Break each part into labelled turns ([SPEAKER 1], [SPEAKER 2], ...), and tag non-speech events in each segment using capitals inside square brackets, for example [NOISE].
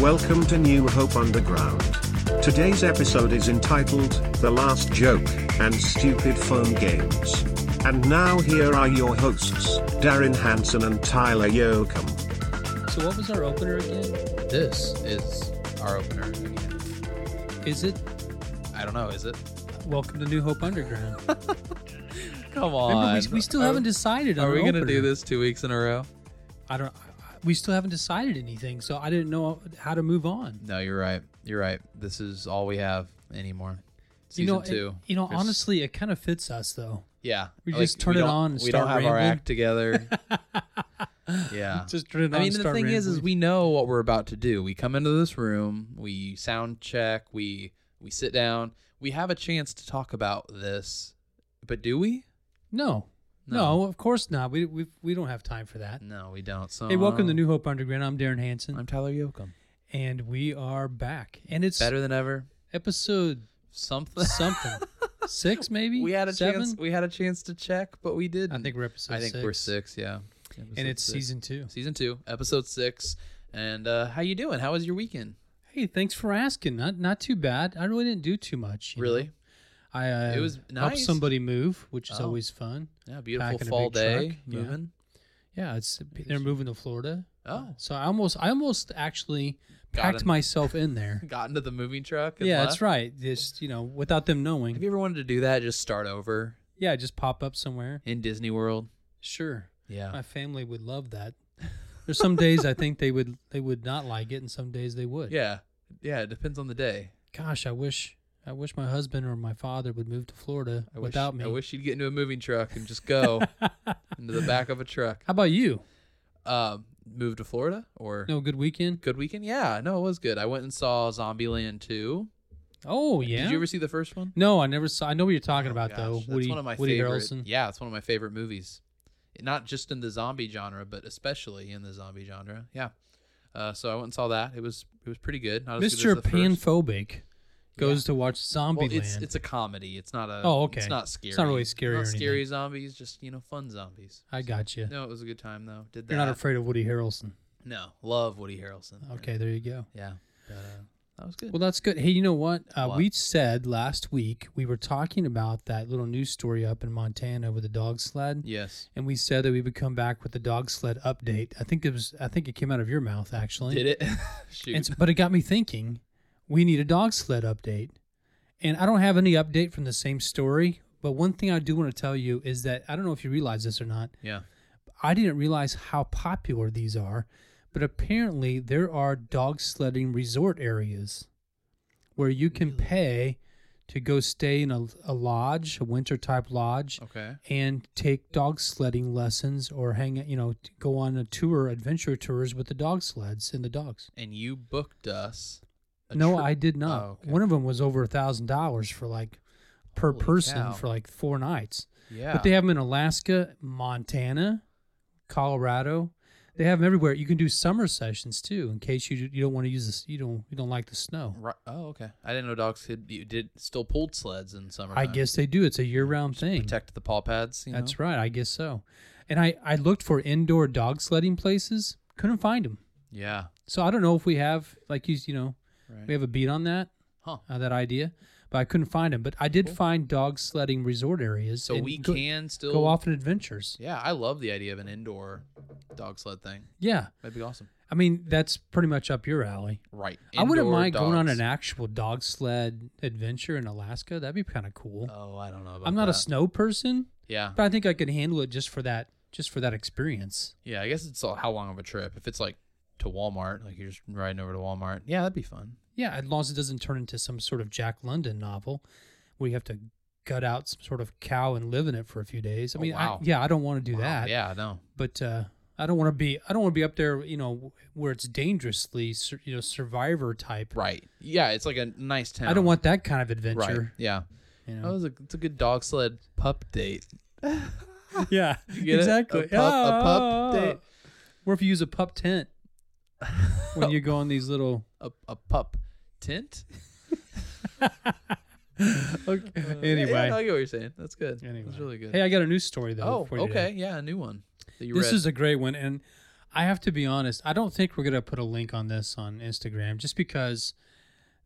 [SPEAKER 1] Welcome to New Hope Underground. Today's episode is entitled The Last Joke and Stupid Phone Games. And now here are your hosts, Darren Hansen and Tyler Yoakum.
[SPEAKER 2] So what was our opener again? This is our opener again.
[SPEAKER 3] Is it
[SPEAKER 2] I don't know, is it?
[SPEAKER 3] Welcome to New Hope
[SPEAKER 2] [LAUGHS]
[SPEAKER 3] Underground?
[SPEAKER 2] Come
[SPEAKER 3] Remember,
[SPEAKER 2] on.
[SPEAKER 3] we, we still
[SPEAKER 2] Are-
[SPEAKER 3] haven't decided. on
[SPEAKER 2] Are we
[SPEAKER 3] going to
[SPEAKER 2] do this two weeks in a row?
[SPEAKER 3] I don't. I- We still haven't decided anything, so I didn't know how to move on.
[SPEAKER 2] No, you're right. You're right. This is all we have anymore. Season
[SPEAKER 3] you know, it-
[SPEAKER 2] two.
[SPEAKER 3] you know,
[SPEAKER 2] There's-
[SPEAKER 3] honestly, it kind of fits us though.
[SPEAKER 2] yeah.
[SPEAKER 3] we just turn
[SPEAKER 2] we
[SPEAKER 3] it
[SPEAKER 2] don't-
[SPEAKER 3] on and
[SPEAKER 2] we don't
[SPEAKER 3] start
[SPEAKER 2] have our
[SPEAKER 3] rambling. [LAUGHS]
[SPEAKER 2] act together. yeah.
[SPEAKER 3] Just turn it on.
[SPEAKER 2] I mean,
[SPEAKER 3] and
[SPEAKER 2] the thing
[SPEAKER 3] start
[SPEAKER 2] is, is
[SPEAKER 3] rambling.
[SPEAKER 2] we know what we're about to do. We come into this room, we sound check, we we sit down, we have a chance to talk about this, but do we?
[SPEAKER 3] no, no, of course not. We we we don't have time for that.
[SPEAKER 2] No, we don't. So
[SPEAKER 3] Hey, welcome to New Hope Underground. I'm Darren Hansen,
[SPEAKER 2] I'm Tyler Yoakum.
[SPEAKER 3] and we are back, and it's
[SPEAKER 2] Better than ever.
[SPEAKER 3] episode
[SPEAKER 2] Something.
[SPEAKER 3] something six maybe.
[SPEAKER 2] [LAUGHS] we had a
[SPEAKER 3] seven.
[SPEAKER 2] chance. We had a chance to check, but we did.
[SPEAKER 3] I think we're episode.
[SPEAKER 2] I think we're six. Yeah. Episode
[SPEAKER 3] and it's
[SPEAKER 2] six.
[SPEAKER 3] season two.
[SPEAKER 2] season two, episode six. And uh, how you doing? How was your weekend?
[SPEAKER 3] Hey, thanks for asking. Not not too bad. I really didn't do too much. you know.
[SPEAKER 2] Really?
[SPEAKER 3] I uh,
[SPEAKER 2] It was
[SPEAKER 3] helped
[SPEAKER 2] nice.
[SPEAKER 3] somebody move, which is
[SPEAKER 2] Oh.
[SPEAKER 3] always fun.
[SPEAKER 2] Yeah, beautiful
[SPEAKER 3] Back in a
[SPEAKER 2] fall
[SPEAKER 3] big
[SPEAKER 2] day.
[SPEAKER 3] truck, yeah.
[SPEAKER 2] Moving.
[SPEAKER 3] Yeah, it's they're moving to Florida.
[SPEAKER 2] Oh,
[SPEAKER 3] So I almost I almost actually
[SPEAKER 2] Got
[SPEAKER 3] packed
[SPEAKER 2] in-
[SPEAKER 3] myself in
[SPEAKER 2] [LAUGHS]
[SPEAKER 3] there.
[SPEAKER 2] got into the moving truck. and
[SPEAKER 3] yeah,
[SPEAKER 2] left.
[SPEAKER 3] that's right. Just you know, without them knowing.
[SPEAKER 2] Have you ever wanted to do that? Just start over
[SPEAKER 3] yeah, just pop up somewhere.
[SPEAKER 2] in Disney World.
[SPEAKER 3] Sure,
[SPEAKER 2] Yeah.
[SPEAKER 3] my family would love that. There's some days I think they would they would not like it, and some days they would.
[SPEAKER 2] Yeah. Yeah. It depends on the day.
[SPEAKER 3] Gosh, I wish I wish my husband or my father would move to Florida
[SPEAKER 2] I wish,
[SPEAKER 3] without me.
[SPEAKER 2] I wish you'd get into a moving truck and
[SPEAKER 3] [LAUGHS]
[SPEAKER 2] just go
[SPEAKER 3] How
[SPEAKER 2] into the back of a truck.
[SPEAKER 3] about you?
[SPEAKER 2] Um, move to Florida or
[SPEAKER 3] No good weekend.
[SPEAKER 2] good weekend? Yeah, no, it was good. I went and saw Zombieland 2.
[SPEAKER 3] Oh yeah.
[SPEAKER 2] Did you ever see the first one?
[SPEAKER 3] No, I never saw. I know what you're talking
[SPEAKER 2] Oh,
[SPEAKER 3] about
[SPEAKER 2] gosh,
[SPEAKER 3] though.
[SPEAKER 2] That's
[SPEAKER 3] Woody,
[SPEAKER 2] one of my
[SPEAKER 3] Woody
[SPEAKER 2] favorite.
[SPEAKER 3] Harrelson.
[SPEAKER 2] Yeah, it's one of my favorite movies. Not just in the zombie genre, but especially in the zombie genre. Yeah. Uh, so I went and saw that. It was it was pretty good. Not as good
[SPEAKER 3] Mr.
[SPEAKER 2] as the first.
[SPEAKER 3] Panphobic goes to watch Zombieland.
[SPEAKER 2] Well, it's it's a comedy. It's not a.
[SPEAKER 3] Oh, okay.
[SPEAKER 2] It's not
[SPEAKER 3] It's
[SPEAKER 2] scary.
[SPEAKER 3] not really scary
[SPEAKER 2] Not
[SPEAKER 3] or
[SPEAKER 2] scary zombies. Just you know, fun zombies.
[SPEAKER 3] I got you.
[SPEAKER 2] No, it was a good time though. Did that?
[SPEAKER 3] you're not afraid of Woody Harrelson.
[SPEAKER 2] no, love Woody Harrelson.
[SPEAKER 3] Okay, there you go.
[SPEAKER 2] Yeah. But, uh, that was good.
[SPEAKER 3] Well, that's good. Hey, you know what? Uh,
[SPEAKER 2] What?
[SPEAKER 3] We said last week we were talking about that little news story up in Montana with the dog sled,
[SPEAKER 2] yes.
[SPEAKER 3] and we said that we would come back with the dog sled update. I think it was. I think it came out of your mouth actually.
[SPEAKER 2] Did it? [LAUGHS] Shoot.
[SPEAKER 3] And so, but it got me thinking, we need a dog sled update. And I don't have any update from the same story, but one thing I do want to tell you is that I don't know if you realize this or not.
[SPEAKER 2] yeah.
[SPEAKER 3] I didn't realize how popular these are, but apparently there are dog sledding resort areas where you can
[SPEAKER 2] Really?
[SPEAKER 3] pay to go stay in a, a lodge, a winter type lodge,
[SPEAKER 2] Okay.
[SPEAKER 3] and take dog sledding lessons or hang, you know, t- go on a tour, adventure tours with the dog sleds and the dogs.
[SPEAKER 2] And you booked us. a
[SPEAKER 3] No,
[SPEAKER 2] trip-
[SPEAKER 3] I did not.
[SPEAKER 2] Oh, okay.
[SPEAKER 3] One of them was over a thousand dollars for like per
[SPEAKER 2] Holy
[SPEAKER 3] person
[SPEAKER 2] cow.
[SPEAKER 3] for like four nights.
[SPEAKER 2] Yeah.
[SPEAKER 3] But they have them in Alaska, Montana, Colorado. They have them everywhere. You can do summer sessions too, in case you you don't want to use this. You don't you don't like the snow.
[SPEAKER 2] Ri- Oh, okay. I didn't know dogs could you did still pulled sleds in summer.
[SPEAKER 3] I guess they do. It's a year round thing.
[SPEAKER 2] protect the paw pads. You
[SPEAKER 3] That's
[SPEAKER 2] know?
[SPEAKER 3] right. I guess so. And I I looked for indoor dog sledding places, couldn't find them.
[SPEAKER 2] Yeah.
[SPEAKER 3] So I don't know if we have like you you know
[SPEAKER 2] Right.
[SPEAKER 3] we have a beat on that.
[SPEAKER 2] huh.
[SPEAKER 3] uh, that idea, but I couldn't find them. But I did find dog sledding resort areas.
[SPEAKER 2] So
[SPEAKER 3] and
[SPEAKER 2] we
[SPEAKER 3] go,
[SPEAKER 2] can still
[SPEAKER 3] go off on adventures.
[SPEAKER 2] Yeah, I love the idea of an indoor dog sled thing.
[SPEAKER 3] Yeah,
[SPEAKER 2] That'd be awesome.
[SPEAKER 3] I mean that's pretty much up your alley.
[SPEAKER 2] Right.
[SPEAKER 3] I wouldn't
[SPEAKER 2] Indoor
[SPEAKER 3] mind going on
[SPEAKER 2] dogs.
[SPEAKER 3] an actual dog sled adventure in Alaska. That'd be kind of cool.
[SPEAKER 2] Oh, I don't know about
[SPEAKER 3] I'm not a
[SPEAKER 2] that.
[SPEAKER 3] snow person,
[SPEAKER 2] Yeah.
[SPEAKER 3] but I think I could handle it just for that, just for that experience.
[SPEAKER 2] Yeah, I guess it's all how long of a trip. If it's like to Walmart, like you're just riding over to Walmart. Yeah, that'd be fun.
[SPEAKER 3] Yeah, as long as it doesn't turn into some sort of Jack London novel, where you have to gut out some sort of cow and live in it for a few days. I
[SPEAKER 2] Oh,
[SPEAKER 3] mean, I,
[SPEAKER 2] wow.
[SPEAKER 3] yeah, I don't want to do
[SPEAKER 2] Wow,
[SPEAKER 3] that.
[SPEAKER 2] Yeah, no.
[SPEAKER 3] but uh, I don't want to be I don't want to be up there, you know, where it's dangerously sur- you know survivor type.
[SPEAKER 2] Right. Yeah, it's like a nice town.
[SPEAKER 3] I don't want that kind of
[SPEAKER 2] Right.
[SPEAKER 3] adventure.
[SPEAKER 2] Yeah.
[SPEAKER 3] You
[SPEAKER 2] That
[SPEAKER 3] know?
[SPEAKER 2] was a, it's a good dog sled pup date.
[SPEAKER 3] Oh, [LAUGHS] yeah,
[SPEAKER 2] get it?
[SPEAKER 3] exactly. Ah.
[SPEAKER 2] A pup- a pup date.
[SPEAKER 3] Or if you use a pup
[SPEAKER 2] [LAUGHS]
[SPEAKER 3] tent when you go on these little.
[SPEAKER 2] A, a pup tent? [LAUGHS]
[SPEAKER 3] Okay.
[SPEAKER 2] Uh, Yeah, yeah, I
[SPEAKER 3] anyway,
[SPEAKER 2] know what you're saying. That's good. That's
[SPEAKER 3] Anyway.
[SPEAKER 2] really good.
[SPEAKER 3] hey, I got a news story though.
[SPEAKER 2] oh,
[SPEAKER 3] for you today.
[SPEAKER 2] okay. Yeah, a new one that you
[SPEAKER 3] This
[SPEAKER 2] read.
[SPEAKER 3] is a great one, and I have to be honest. I don't think we're gonna put a link on this on Instagram just because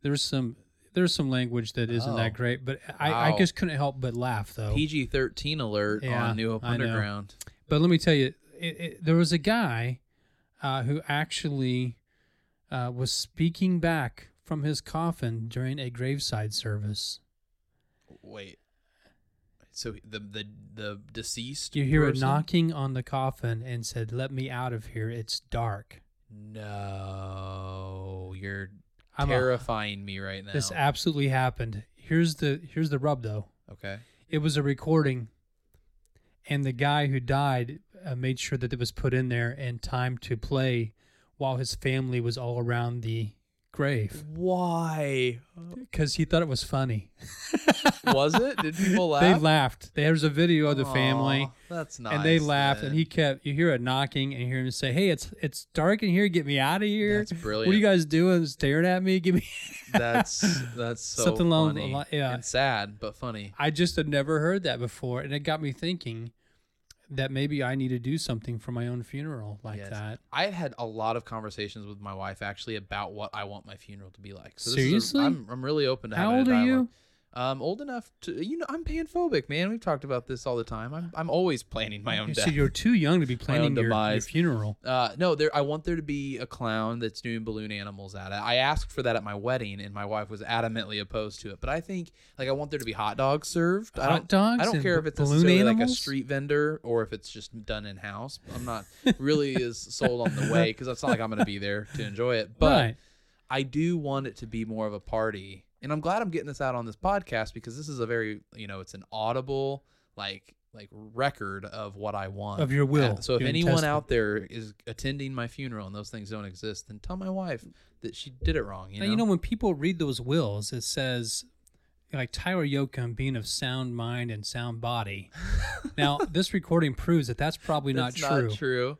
[SPEAKER 3] there's some there's some language that isn't that
[SPEAKER 2] Oh.
[SPEAKER 3] great. But I, I
[SPEAKER 2] Wow.
[SPEAKER 3] just couldn't help but laugh though.
[SPEAKER 2] PG thirteen alert
[SPEAKER 3] Yeah,
[SPEAKER 2] on New Hope
[SPEAKER 3] I know.
[SPEAKER 2] Underground.
[SPEAKER 3] But let me tell you, it, it, there was a guy uh, who actually uh, was speaking back from his coffin during a graveside service.
[SPEAKER 2] Wait. So the the the deceased.
[SPEAKER 3] You hear
[SPEAKER 2] person?
[SPEAKER 3] a knocking on the coffin and said, "Let me out of here. It's dark."
[SPEAKER 2] No, you're
[SPEAKER 3] I'm a-
[SPEAKER 2] terrifying me right now.
[SPEAKER 3] This absolutely happened. Here's the here's the rub though.
[SPEAKER 2] okay.
[SPEAKER 3] It was a recording, and the guy who died uh, made sure that it was put in there and timed to play while his family was all around the grave
[SPEAKER 2] Why
[SPEAKER 3] because he thought it was funny.
[SPEAKER 2] was it? Did people
[SPEAKER 3] [LAUGHS]
[SPEAKER 2] laugh?
[SPEAKER 3] They laughed. There's a video of the family,
[SPEAKER 2] Aw, That's nice.
[SPEAKER 3] and they laughed.
[SPEAKER 2] then.
[SPEAKER 3] And he kept. You hear a knocking, and you hear him say, "Hey, it's it's dark in here. Get me out of here.
[SPEAKER 2] That's brilliant.
[SPEAKER 3] What are you guys doing? Staring at me? Give me." [LAUGHS]
[SPEAKER 2] That's that's so
[SPEAKER 3] Something along the
[SPEAKER 2] funny
[SPEAKER 3] li- yeah.
[SPEAKER 2] and sad but funny.
[SPEAKER 3] I just had never heard that before, and it got me thinking that maybe I need to do something for my own funeral like
[SPEAKER 2] Yes.
[SPEAKER 3] that.
[SPEAKER 2] I've had a lot of conversations with my wife actually about what I want my funeral to be like. So this
[SPEAKER 3] Seriously?
[SPEAKER 2] is a, I'm I'm really open to
[SPEAKER 3] How
[SPEAKER 2] having
[SPEAKER 3] old
[SPEAKER 2] a
[SPEAKER 3] are you?
[SPEAKER 2] dialogue. Um, old enough to you know I'm panphobic, man. We've talked about this all the time. I'm I'm always planning my
[SPEAKER 3] [LAUGHS]
[SPEAKER 2] own
[SPEAKER 3] You
[SPEAKER 2] death.
[SPEAKER 3] see, you're too young to be
[SPEAKER 2] own
[SPEAKER 3] planning your, your
[SPEAKER 2] demise.
[SPEAKER 3] funeral.
[SPEAKER 2] Uh, no, there. I want there to be a clown that's doing balloon animals at it. I asked for that at my wedding, and my wife was adamantly opposed to it. But I think, like, I want there to be hot dogs served. I
[SPEAKER 3] Hot
[SPEAKER 2] don't,
[SPEAKER 3] dogs
[SPEAKER 2] I don't
[SPEAKER 3] and
[SPEAKER 2] care if it's
[SPEAKER 3] balloon
[SPEAKER 2] necessarily like a
[SPEAKER 3] animals?
[SPEAKER 2] street vendor or if it's just done in house.
[SPEAKER 3] [LAUGHS]
[SPEAKER 2] I'm not really as sold on the way because it's not like I'm going to be there to enjoy it. But
[SPEAKER 3] Right.
[SPEAKER 2] I do want it to be more of a party. And I'm glad I'm getting this out on this podcast because this is a very, you know, it's an audible like like record of what I want.
[SPEAKER 3] Of your will,
[SPEAKER 2] Uh, So if
[SPEAKER 3] your
[SPEAKER 2] anyone
[SPEAKER 3] intestine.
[SPEAKER 2] out there is attending my funeral and those things don't exist, then tell my wife that she did it wrong, you
[SPEAKER 3] now
[SPEAKER 2] know.
[SPEAKER 3] you know when people read those wills, it says like Tyler Yoakum being of sound mind and sound
[SPEAKER 2] [LAUGHS]
[SPEAKER 3] body. now this recording proves that that's probably
[SPEAKER 2] That's
[SPEAKER 3] not true
[SPEAKER 2] true.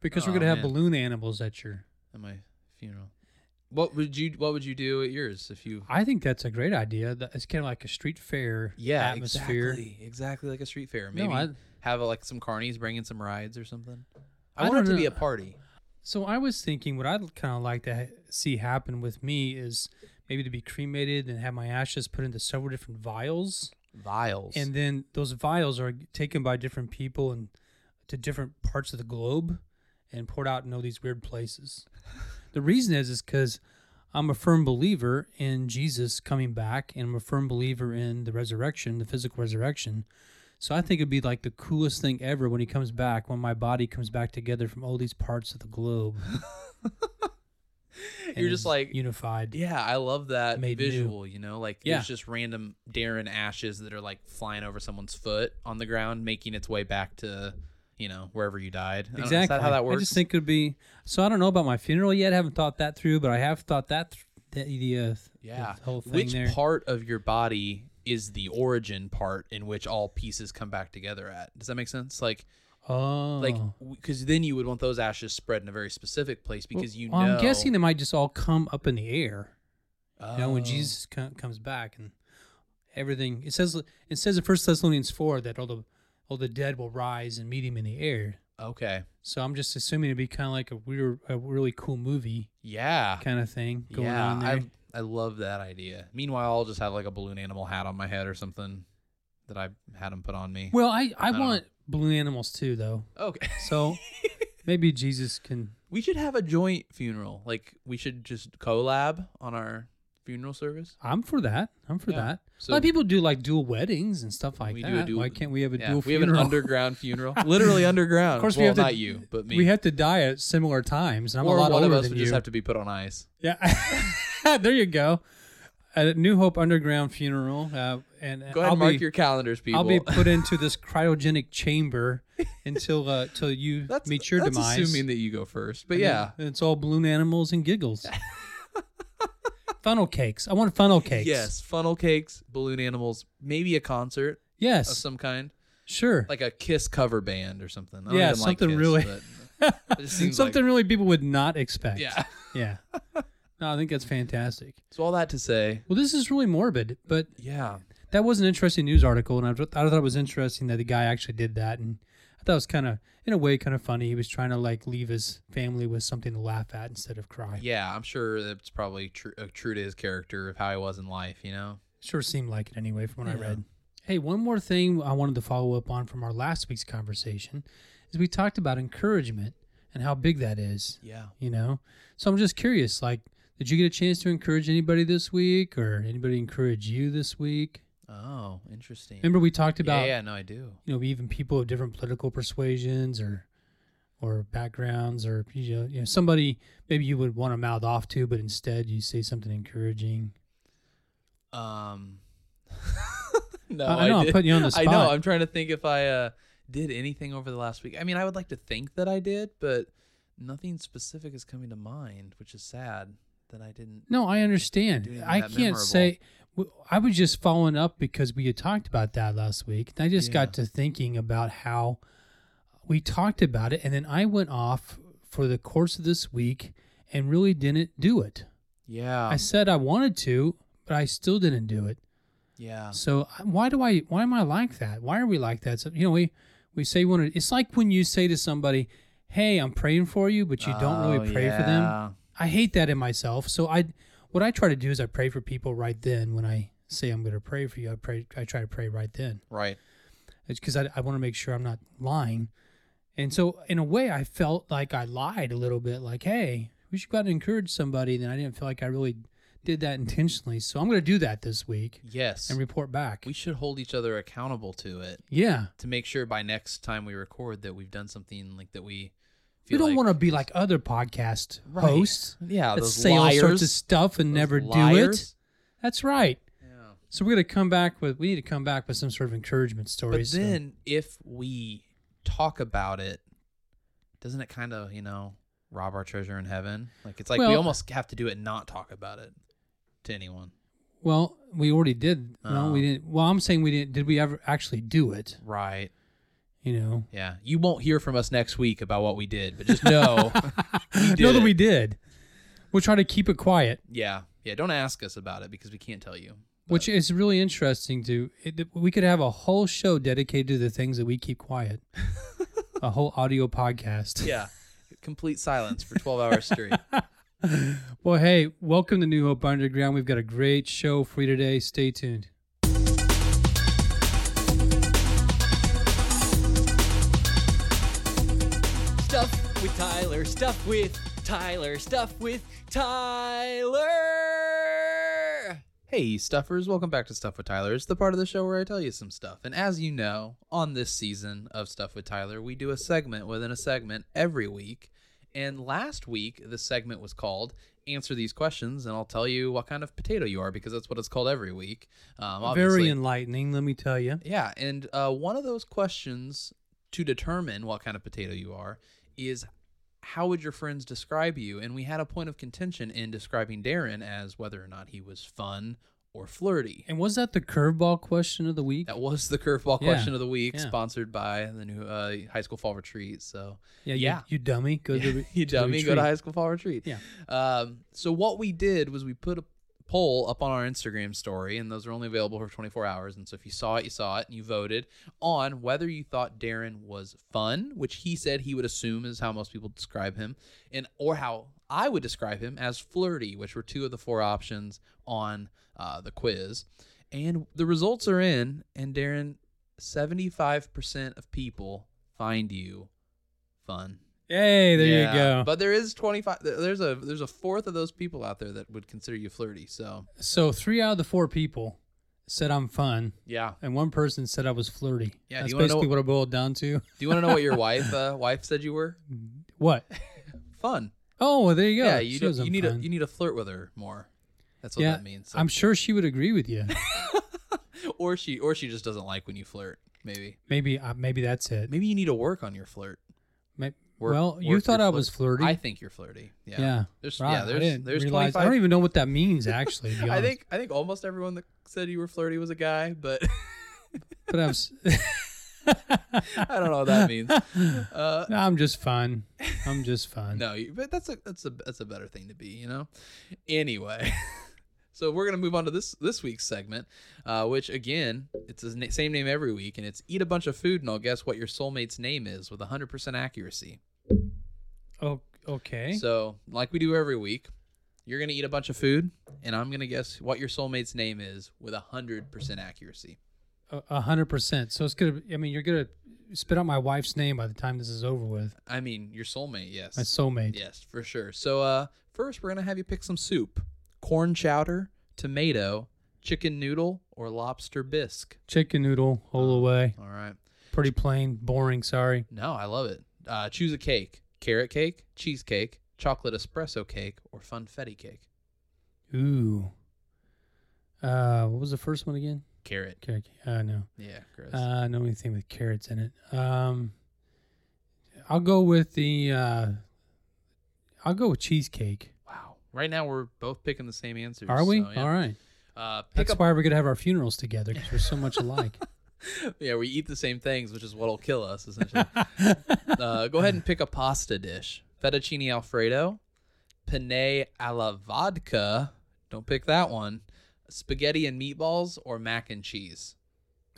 [SPEAKER 3] because we're
[SPEAKER 2] Aw,
[SPEAKER 3] gonna have
[SPEAKER 2] man.
[SPEAKER 3] balloon animals at your.
[SPEAKER 2] At my funeral. What would you what would you do at yours if you
[SPEAKER 3] I think that's a great idea. That- It's kind of like a street fair
[SPEAKER 2] yeah,
[SPEAKER 3] atmosphere.
[SPEAKER 2] exactly, exactly like a street fair.
[SPEAKER 3] No,
[SPEAKER 2] Maybe
[SPEAKER 3] I-
[SPEAKER 2] have like some carnies bringing some rides or something.
[SPEAKER 3] I
[SPEAKER 2] I, want it
[SPEAKER 3] don't
[SPEAKER 2] to be
[SPEAKER 3] know.
[SPEAKER 2] a party.
[SPEAKER 3] So I was thinking, what I'd kind of like to ha- see happen with me is maybe to be cremated and have my ashes put into several different vials,
[SPEAKER 2] Vials.
[SPEAKER 3] and then those vials are taken by different people and to different parts of the globe, and poured out in all these weird places.
[SPEAKER 2] [LAUGHS]
[SPEAKER 3] the reason is is because I'm a firm believer in Jesus coming back, and I'm a firm believer in the resurrection, the physical resurrection. So I think it'd be like the coolest thing ever when he comes back, when my body comes back together from all these parts of the globe. and
[SPEAKER 2] [LAUGHS] You're just
[SPEAKER 3] is
[SPEAKER 2] like,
[SPEAKER 3] unified.
[SPEAKER 2] yeah, I love that
[SPEAKER 3] Made new.
[SPEAKER 2] visual. You know, like
[SPEAKER 3] Yeah.
[SPEAKER 2] there's just random Darren ashes that are like flying over someone's foot on the ground, making its way back to you know wherever you died. I don't know,
[SPEAKER 3] Exactly.
[SPEAKER 2] Is that how that works?
[SPEAKER 3] I just think it'd be. So I don't know about my funeral yet. I haven't thought that through, but I have thought that th- the, the, uh, th-
[SPEAKER 2] yeah.
[SPEAKER 3] the whole thing
[SPEAKER 2] Which
[SPEAKER 3] there.
[SPEAKER 2] part of your body is the origin part in which all pieces come back together at? Does that make sense? Like,
[SPEAKER 3] oh,
[SPEAKER 2] like, because then you would want those ashes spread in a very specific place because you
[SPEAKER 3] Well,
[SPEAKER 2] know.
[SPEAKER 3] I'm guessing it might just all come up in the air.
[SPEAKER 2] oh,
[SPEAKER 3] You know, when Jesus co- comes back and everything, it says it says in First Thessalonians four that all the all the dead will rise and meet him in the air.
[SPEAKER 2] Okay.
[SPEAKER 3] So I'm just assuming it'd be kind of like a weird, a really cool movie
[SPEAKER 2] Yeah.
[SPEAKER 3] kind of thing going
[SPEAKER 2] yeah,
[SPEAKER 3] on there.
[SPEAKER 2] I I love that idea. Meanwhile, I'll just have like a balloon animal hat on my head or something that I had him put on me.
[SPEAKER 3] well, I I,
[SPEAKER 2] I don't
[SPEAKER 3] want balloon animals too, though.
[SPEAKER 2] Okay. [LAUGHS]
[SPEAKER 3] So maybe Jesus can.
[SPEAKER 2] We should have a joint funeral. Like we should just collab on our funeral service.
[SPEAKER 3] I'm for that. I'm for
[SPEAKER 2] Yeah.
[SPEAKER 3] that. a
[SPEAKER 2] So-
[SPEAKER 3] lot of people do like dual weddings and stuff like
[SPEAKER 2] we
[SPEAKER 3] that.
[SPEAKER 2] do a dual-
[SPEAKER 3] Why can't we have a
[SPEAKER 2] yeah,
[SPEAKER 3] dual
[SPEAKER 2] we have
[SPEAKER 3] funeral?
[SPEAKER 2] an underground funeral, literally
[SPEAKER 3] [LAUGHS]
[SPEAKER 2] underground.
[SPEAKER 3] Of course, we
[SPEAKER 2] well,
[SPEAKER 3] have to-
[SPEAKER 2] not you, but me.
[SPEAKER 3] we have to die at similar times, and I'm
[SPEAKER 2] or
[SPEAKER 3] a lot
[SPEAKER 2] one
[SPEAKER 3] older
[SPEAKER 2] of us
[SPEAKER 3] than
[SPEAKER 2] would
[SPEAKER 3] you.
[SPEAKER 2] just have to be put on ice.
[SPEAKER 3] yeah, [LAUGHS] there you go. At New Hope Underground funeral, uh, and
[SPEAKER 2] Go ahead
[SPEAKER 3] I'll
[SPEAKER 2] and mark
[SPEAKER 3] be,
[SPEAKER 2] your calendars, people.
[SPEAKER 3] I'll be [LAUGHS] put
[SPEAKER 2] [LAUGHS]
[SPEAKER 3] into this cryogenic chamber until uh, till you
[SPEAKER 2] [LAUGHS] that's
[SPEAKER 3] meet your
[SPEAKER 2] that's
[SPEAKER 3] demise.
[SPEAKER 2] assuming that you go first, but
[SPEAKER 3] And
[SPEAKER 2] yeah,
[SPEAKER 3] then it's all balloon animals and giggles.
[SPEAKER 2] [LAUGHS]
[SPEAKER 3] funnel cakes. I want funnel cakes.
[SPEAKER 2] yes, funnel cakes, balloon animals, maybe a concert of
[SPEAKER 3] Yes.
[SPEAKER 2] some kind.
[SPEAKER 3] sure.
[SPEAKER 2] like a Kiss cover band or something. I don't
[SPEAKER 3] Yeah,
[SPEAKER 2] even like
[SPEAKER 3] something
[SPEAKER 2] Kiss,
[SPEAKER 3] really-
[SPEAKER 2] but it just
[SPEAKER 3] [LAUGHS]
[SPEAKER 2] seems
[SPEAKER 3] Something really people would not expect.
[SPEAKER 2] Like, yeah.
[SPEAKER 3] [LAUGHS]
[SPEAKER 2] [LAUGHS]
[SPEAKER 3] Yeah. No, I think that's fantastic.
[SPEAKER 2] So all that to say,
[SPEAKER 3] Well, this is really morbid, but
[SPEAKER 2] yeah,
[SPEAKER 3] that was an interesting news article, and I, th- I thought it was interesting that the guy actually did that, and I that was kind of in a way kind of funny. He was trying to like leave his family with something to laugh at instead of cry.
[SPEAKER 2] Yeah, I'm sure that's probably true, uh, true to his character of how he was in life. You know.
[SPEAKER 3] Sure seemed like it anyway from what I
[SPEAKER 2] Yeah.
[SPEAKER 3] read. Hey, one more thing I wanted to follow up on from our last week's conversation is we talked about encouragement and how big that is,
[SPEAKER 2] Yeah.
[SPEAKER 3] you know? So I'm just curious, like, did you get a chance to encourage anybody this week or anybody encourage you this week?
[SPEAKER 2] Oh, interesting.
[SPEAKER 3] Remember we talked about
[SPEAKER 2] yeah, yeah, no, I do.
[SPEAKER 3] you know, even people of different political persuasions or or backgrounds or you know, you know somebody maybe you would want to mouth off to, but instead you say something encouraging.
[SPEAKER 2] Um, [LAUGHS] no,
[SPEAKER 3] I- I know, I'm
[SPEAKER 2] did-
[SPEAKER 3] putting you on the
[SPEAKER 2] [LAUGHS] I know.
[SPEAKER 3] spot.
[SPEAKER 2] I'm trying to think if I uh, did anything over the last week. I mean, I would like to think that I did, but nothing specific is coming to mind, which is sad that I didn't.
[SPEAKER 3] No, I understand.
[SPEAKER 2] Doing
[SPEAKER 3] I
[SPEAKER 2] that
[SPEAKER 3] can't say. w- I was just following up because we had talked about that last week, and I just
[SPEAKER 2] Yeah.
[SPEAKER 3] got to thinking about how we talked about it, and then I went off for the course of this week and really didn't do it.
[SPEAKER 2] Yeah,
[SPEAKER 3] I said I wanted to, but I still didn't do it.
[SPEAKER 2] yeah,
[SPEAKER 3] So I- why do I? Why am I like that? Why are we like that? So, you know, we we say we want to. It's like when you say to somebody, "Hey, I'm praying for you," but you don't really
[SPEAKER 2] Oh,
[SPEAKER 3] pray for them.
[SPEAKER 2] yeah.
[SPEAKER 3] I hate that in myself. So I, what I try to do is I pray for people right then when I say I'm going to pray for you. I pray. I try to pray right then.
[SPEAKER 2] Right.
[SPEAKER 3] It's because I, I want to make sure I'm not lying. And so in a way, I felt like I lied a little bit. Like, hey, we should go out and encourage somebody. And then I didn't feel like I really did that intentionally. So I'm going to do that this week
[SPEAKER 2] Yes.
[SPEAKER 3] and report back.
[SPEAKER 2] we should hold each other accountable to it
[SPEAKER 3] yeah.
[SPEAKER 2] to make sure by next time we record that we've done something like that we.
[SPEAKER 3] We
[SPEAKER 2] Feel
[SPEAKER 3] don't
[SPEAKER 2] like-
[SPEAKER 3] want to be like other podcast
[SPEAKER 2] Right.
[SPEAKER 3] hosts
[SPEAKER 2] Yeah,
[SPEAKER 3] that
[SPEAKER 2] those
[SPEAKER 3] say
[SPEAKER 2] liars,
[SPEAKER 3] all sorts of stuff and
[SPEAKER 2] those
[SPEAKER 3] never
[SPEAKER 2] liars.
[SPEAKER 3] do it. That's right.
[SPEAKER 2] Yeah.
[SPEAKER 3] So we're gonna come back with we need to come back with some sort of encouragement story.
[SPEAKER 2] But
[SPEAKER 3] so-
[SPEAKER 2] then, if we talk about it, doesn't it kind of you know rob our treasure in heaven? Like it's like we
[SPEAKER 3] Well-
[SPEAKER 2] almost have to do it and not talk about it to anyone,
[SPEAKER 3] well, we already did. No,
[SPEAKER 2] Oh.
[SPEAKER 3] we didn't. Well, I'm saying we didn't. Did we ever actually do it?
[SPEAKER 2] right?
[SPEAKER 3] You know,
[SPEAKER 2] Yeah, you won't hear from us next week about what we
[SPEAKER 3] [LAUGHS]
[SPEAKER 2] did, but just know, did Uh.
[SPEAKER 3] no, that
[SPEAKER 2] it.
[SPEAKER 3] we did. We'll try to keep it quiet,
[SPEAKER 2] yeah, yeah. Don't ask us about it because we can't tell you.
[SPEAKER 3] which is really interesting. To it, we could have a whole show dedicated to the things that we keep
[SPEAKER 2] [LAUGHS]
[SPEAKER 3] quiet, a whole audio podcast.
[SPEAKER 2] Yeah, [LAUGHS] complete silence for twelve hours straight.
[SPEAKER 3] Well, hey, welcome to New Hope Underground. We've got a great show for you today. Stay tuned.
[SPEAKER 4] [LAUGHS] Stuff with Tyler, stuff with Tyler, stuff with Tyler.
[SPEAKER 2] Hey, stuffers, welcome back to Stuff with Tyler. It's the part of the show where I tell you some stuff. And as you know, on this season of Stuff with Tyler, we do a segment within a segment every week. And last week, the segment was called Answer These Questions, and I'll tell you what kind of potato you are because that's what it's called every week. Um,
[SPEAKER 3] Very
[SPEAKER 2] obviously.
[SPEAKER 3] enlightening, let me tell you.
[SPEAKER 2] Yeah, and uh, one of those questions to determine what kind of potato you are is how would your friends describe you? And we had a point of contention in describing Darren as whether or not he was fun or flirty.
[SPEAKER 3] And was that the curveball question of the week?
[SPEAKER 2] That was the curveball
[SPEAKER 3] Yeah,
[SPEAKER 2] question of the week,
[SPEAKER 3] yeah.
[SPEAKER 2] sponsored by the new uh, high school fall retreat. So
[SPEAKER 3] yeah, you-
[SPEAKER 2] yeah.
[SPEAKER 3] You, dummy, go
[SPEAKER 2] [LAUGHS]
[SPEAKER 3] to the,
[SPEAKER 2] you
[SPEAKER 3] to the
[SPEAKER 2] dummy, go to
[SPEAKER 3] retreat.
[SPEAKER 2] high school fall retreat.
[SPEAKER 3] Yeah.
[SPEAKER 2] Um, so what we did was we put a poll up on our Instagram story, and those are only available for 24 hours. And so if you saw it, you saw it, and you voted on whether you thought Darren was fun, which he said he would assume is how most people describe him, and or how I would describe him as flirty, which were two of the four options on uh, the quiz. And the results are in, and Darren, 75% of people find you fun.
[SPEAKER 3] Hey, there
[SPEAKER 2] Yeah,
[SPEAKER 3] you go.
[SPEAKER 2] But there is 25 there- there's a there's a fourth of those people out there that would consider you flirty. So,
[SPEAKER 3] so three out of the four people said I'm fun,
[SPEAKER 2] yeah.
[SPEAKER 3] and one person said I was flirty.
[SPEAKER 2] Yeah, do
[SPEAKER 3] that's
[SPEAKER 2] you wanna know
[SPEAKER 3] basically what it boiled down to. [LAUGHS]
[SPEAKER 2] Do you want to know what your wife uh, wife said you were?
[SPEAKER 3] What?
[SPEAKER 2] Fun.
[SPEAKER 3] Oh, well, there you go.
[SPEAKER 2] Yeah, you,
[SPEAKER 3] She
[SPEAKER 2] do,
[SPEAKER 3] was,
[SPEAKER 2] you
[SPEAKER 3] "I'm
[SPEAKER 2] need to
[SPEAKER 3] fun."
[SPEAKER 2] you need to flirt with her more. That's what
[SPEAKER 3] yeah,
[SPEAKER 2] that means. So-
[SPEAKER 3] I'm sure she would agree with you. [LAUGHS]
[SPEAKER 2] or she or she just doesn't like when you flirt, maybe.
[SPEAKER 3] Maybe, uh, maybe that's it.
[SPEAKER 2] Maybe you need to work on your flirt.
[SPEAKER 3] May-
[SPEAKER 2] Work-
[SPEAKER 3] well, you
[SPEAKER 2] work
[SPEAKER 3] thought
[SPEAKER 2] your
[SPEAKER 3] I was
[SPEAKER 2] flirt.
[SPEAKER 3] flirty.
[SPEAKER 2] I think you're flirty. Yeah. There's
[SPEAKER 3] right.
[SPEAKER 2] yeah,
[SPEAKER 3] I
[SPEAKER 2] there's
[SPEAKER 3] didn't
[SPEAKER 2] there's
[SPEAKER 3] realize-
[SPEAKER 2] 25
[SPEAKER 3] I don't even know what that means actually. to be
[SPEAKER 2] [LAUGHS] I
[SPEAKER 3] honest.
[SPEAKER 2] think I think almost everyone that said you were flirty was a guy, but [LAUGHS]
[SPEAKER 3] but I'm s-
[SPEAKER 2] I don't know
[SPEAKER 3] [LAUGHS]
[SPEAKER 2] what that means. [LAUGHS] Uh,
[SPEAKER 3] No, [LAUGHS] I'm just fun. I'm just fun.
[SPEAKER 2] No, you- but that's a that's a that's a better thing to be, you know. Anyway, [LAUGHS] So we're gonna move on to this this week's segment, uh, which again it's the na- same name every week, and it's eat a bunch of food and I'll guess what your soulmate's name is with 100% accuracy.
[SPEAKER 3] Oh, okay.
[SPEAKER 2] So like we do every week, you're gonna eat a bunch of food, and I'm gonna guess what your soulmate's name is with 100% accuracy.
[SPEAKER 3] A a hundred percent. So it's gonna. I mean, you're gonna spit out my wife's name by the time this is over with.
[SPEAKER 2] I mean your soulmate, yes.
[SPEAKER 3] My soulmate.
[SPEAKER 2] Yes, for sure. So uh first we're gonna have you pick some soup. Corn chowder, tomato, chicken noodle, or lobster bisque.
[SPEAKER 3] Chicken noodle,
[SPEAKER 2] Uh-huh.
[SPEAKER 3] whole away.
[SPEAKER 2] All right.
[SPEAKER 3] Pretty plain, boring. Sorry.
[SPEAKER 2] No, I love it. Uh choose a cake. Carrot cake, cheesecake, chocolate espresso cake, or funfetti cake.
[SPEAKER 3] Ooh. Uh, what was the first one again?
[SPEAKER 2] Carrot.
[SPEAKER 3] Carrot. cake. Uh, no.
[SPEAKER 2] Yeah, gross.
[SPEAKER 3] Uh, no anything with carrots in it. Um, I'll go with the. Uh, I'll go with cheesecake.
[SPEAKER 2] wow. Right now we're both picking the same answers.
[SPEAKER 3] Are we?
[SPEAKER 2] so, yeah.
[SPEAKER 3] All right.
[SPEAKER 2] Uh pick
[SPEAKER 3] That's
[SPEAKER 2] up
[SPEAKER 3] why we're gonna have our funerals together because we're so
[SPEAKER 2] [LAUGHS]
[SPEAKER 3] much alike.
[SPEAKER 2] Yeah, we eat the same things, which is what'll kill us essentially. uh, go ahead and pick a pasta dish: fettuccine alfredo, penne alla vodka. Don't pick that one. Spaghetti and meatballs or mac and cheese.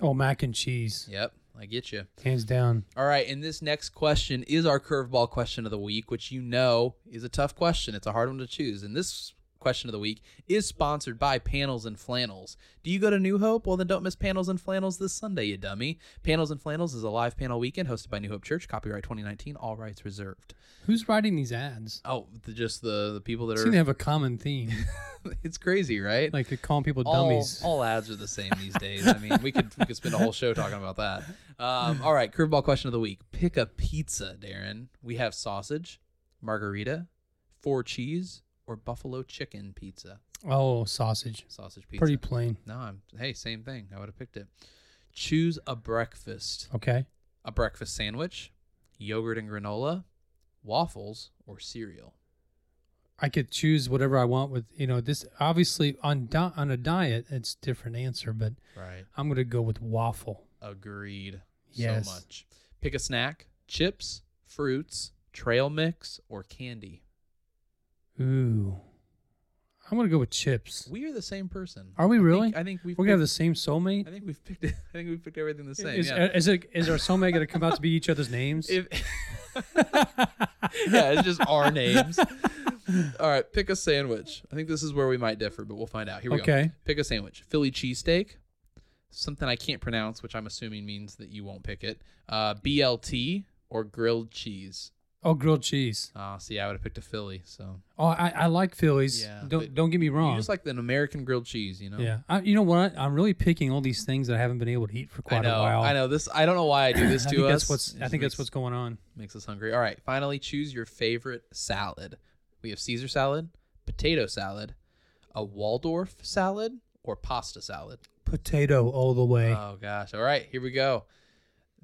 [SPEAKER 3] oh, mac and cheese,
[SPEAKER 2] Yep, I get you.
[SPEAKER 3] hands down.
[SPEAKER 2] All right, and this next question is our curveball question of the week, which you know is a tough question. It's a hard one to choose. And this question of the week is sponsored by Panels and Flannels. Do you go to New Hope? Well, then don't miss Panels and Flannels this Sunday, you dummy. Panels and Flannels is a live panel weekend hosted by New Hope Church, copyright 2019, all rights reserved.
[SPEAKER 3] Who's writing these ads?
[SPEAKER 2] Oh, the, just the, the people that
[SPEAKER 3] Seem to
[SPEAKER 2] are.
[SPEAKER 3] have a common theme,
[SPEAKER 2] [LAUGHS] It's crazy, right?
[SPEAKER 3] like they're calling people
[SPEAKER 2] all,
[SPEAKER 3] dummies.
[SPEAKER 2] all ads are the same these days. I mean, we could we could spend a whole show talking about that. Um, all right, curveball question of the week: Pick a pizza, Darren. We have sausage, margarita, four cheese, or buffalo chicken pizza.
[SPEAKER 3] oh, sausage.
[SPEAKER 2] Sausage pizza.
[SPEAKER 3] Pretty plain.
[SPEAKER 2] no, I'm hey, same thing. I would have picked it. Choose a breakfast:
[SPEAKER 3] Okay.
[SPEAKER 2] a breakfast sandwich, yogurt and granola, waffles, or cereal.
[SPEAKER 3] I could choose whatever I want with you know this. Obviously, on di- on a diet, it's different answer, but
[SPEAKER 2] Right.
[SPEAKER 3] I'm gonna go with waffle.
[SPEAKER 2] Agreed.
[SPEAKER 3] Yes.
[SPEAKER 2] So much. Pick a snack: chips, fruits, trail mix, or candy.
[SPEAKER 3] Ooh, I'm gonna go with chips.
[SPEAKER 2] We are the same person.
[SPEAKER 3] Are we
[SPEAKER 2] I think-
[SPEAKER 3] really?
[SPEAKER 2] I think we've.
[SPEAKER 3] We're gonna have the
[SPEAKER 2] picked-
[SPEAKER 3] same soulmate.
[SPEAKER 2] I think we've picked. [LAUGHS] I think we've picked everything the same.
[SPEAKER 3] is, uh,
[SPEAKER 2] yeah.
[SPEAKER 3] is it is our soulmate gonna come out to be each other's names?
[SPEAKER 2] [LAUGHS]
[SPEAKER 3] [LAUGHS]
[SPEAKER 2] If, yeah, it's just our names. All right, pick a sandwich. I think this is where we might differ, but we'll find out. Here we go.
[SPEAKER 3] Okay.
[SPEAKER 2] Pick a sandwich: Philly cheesesteak, something I can't pronounce, which I'm assuming means that you won't pick it. Uh, BLT or grilled cheese.
[SPEAKER 3] oh, grilled cheese.
[SPEAKER 2] Uh, see, I would have picked a Philly. So
[SPEAKER 3] Oh, I, I like Phillies.
[SPEAKER 2] Yeah, but
[SPEAKER 3] don't don't get me
[SPEAKER 2] you
[SPEAKER 3] wrong.
[SPEAKER 2] just like an American grilled cheese, you know?
[SPEAKER 3] yeah, I, you know what? I'm really picking all these things that I haven't been able to eat for quite
[SPEAKER 2] I know.
[SPEAKER 3] a while.
[SPEAKER 2] I know this. I don't know why
[SPEAKER 3] [CLEARS THROAT]
[SPEAKER 2] I do this
[SPEAKER 3] I
[SPEAKER 2] to
[SPEAKER 3] think
[SPEAKER 2] us.
[SPEAKER 3] that's what's.
[SPEAKER 2] It
[SPEAKER 3] I
[SPEAKER 2] just
[SPEAKER 3] think that's
[SPEAKER 2] makes-
[SPEAKER 3] what's going on.
[SPEAKER 2] makes us hungry. All right, finally choose your favorite salad. We have Caesar salad, potato salad, a Waldorf salad, or pasta salad.
[SPEAKER 3] Potato all the way.
[SPEAKER 2] Oh gosh. All right, here we go.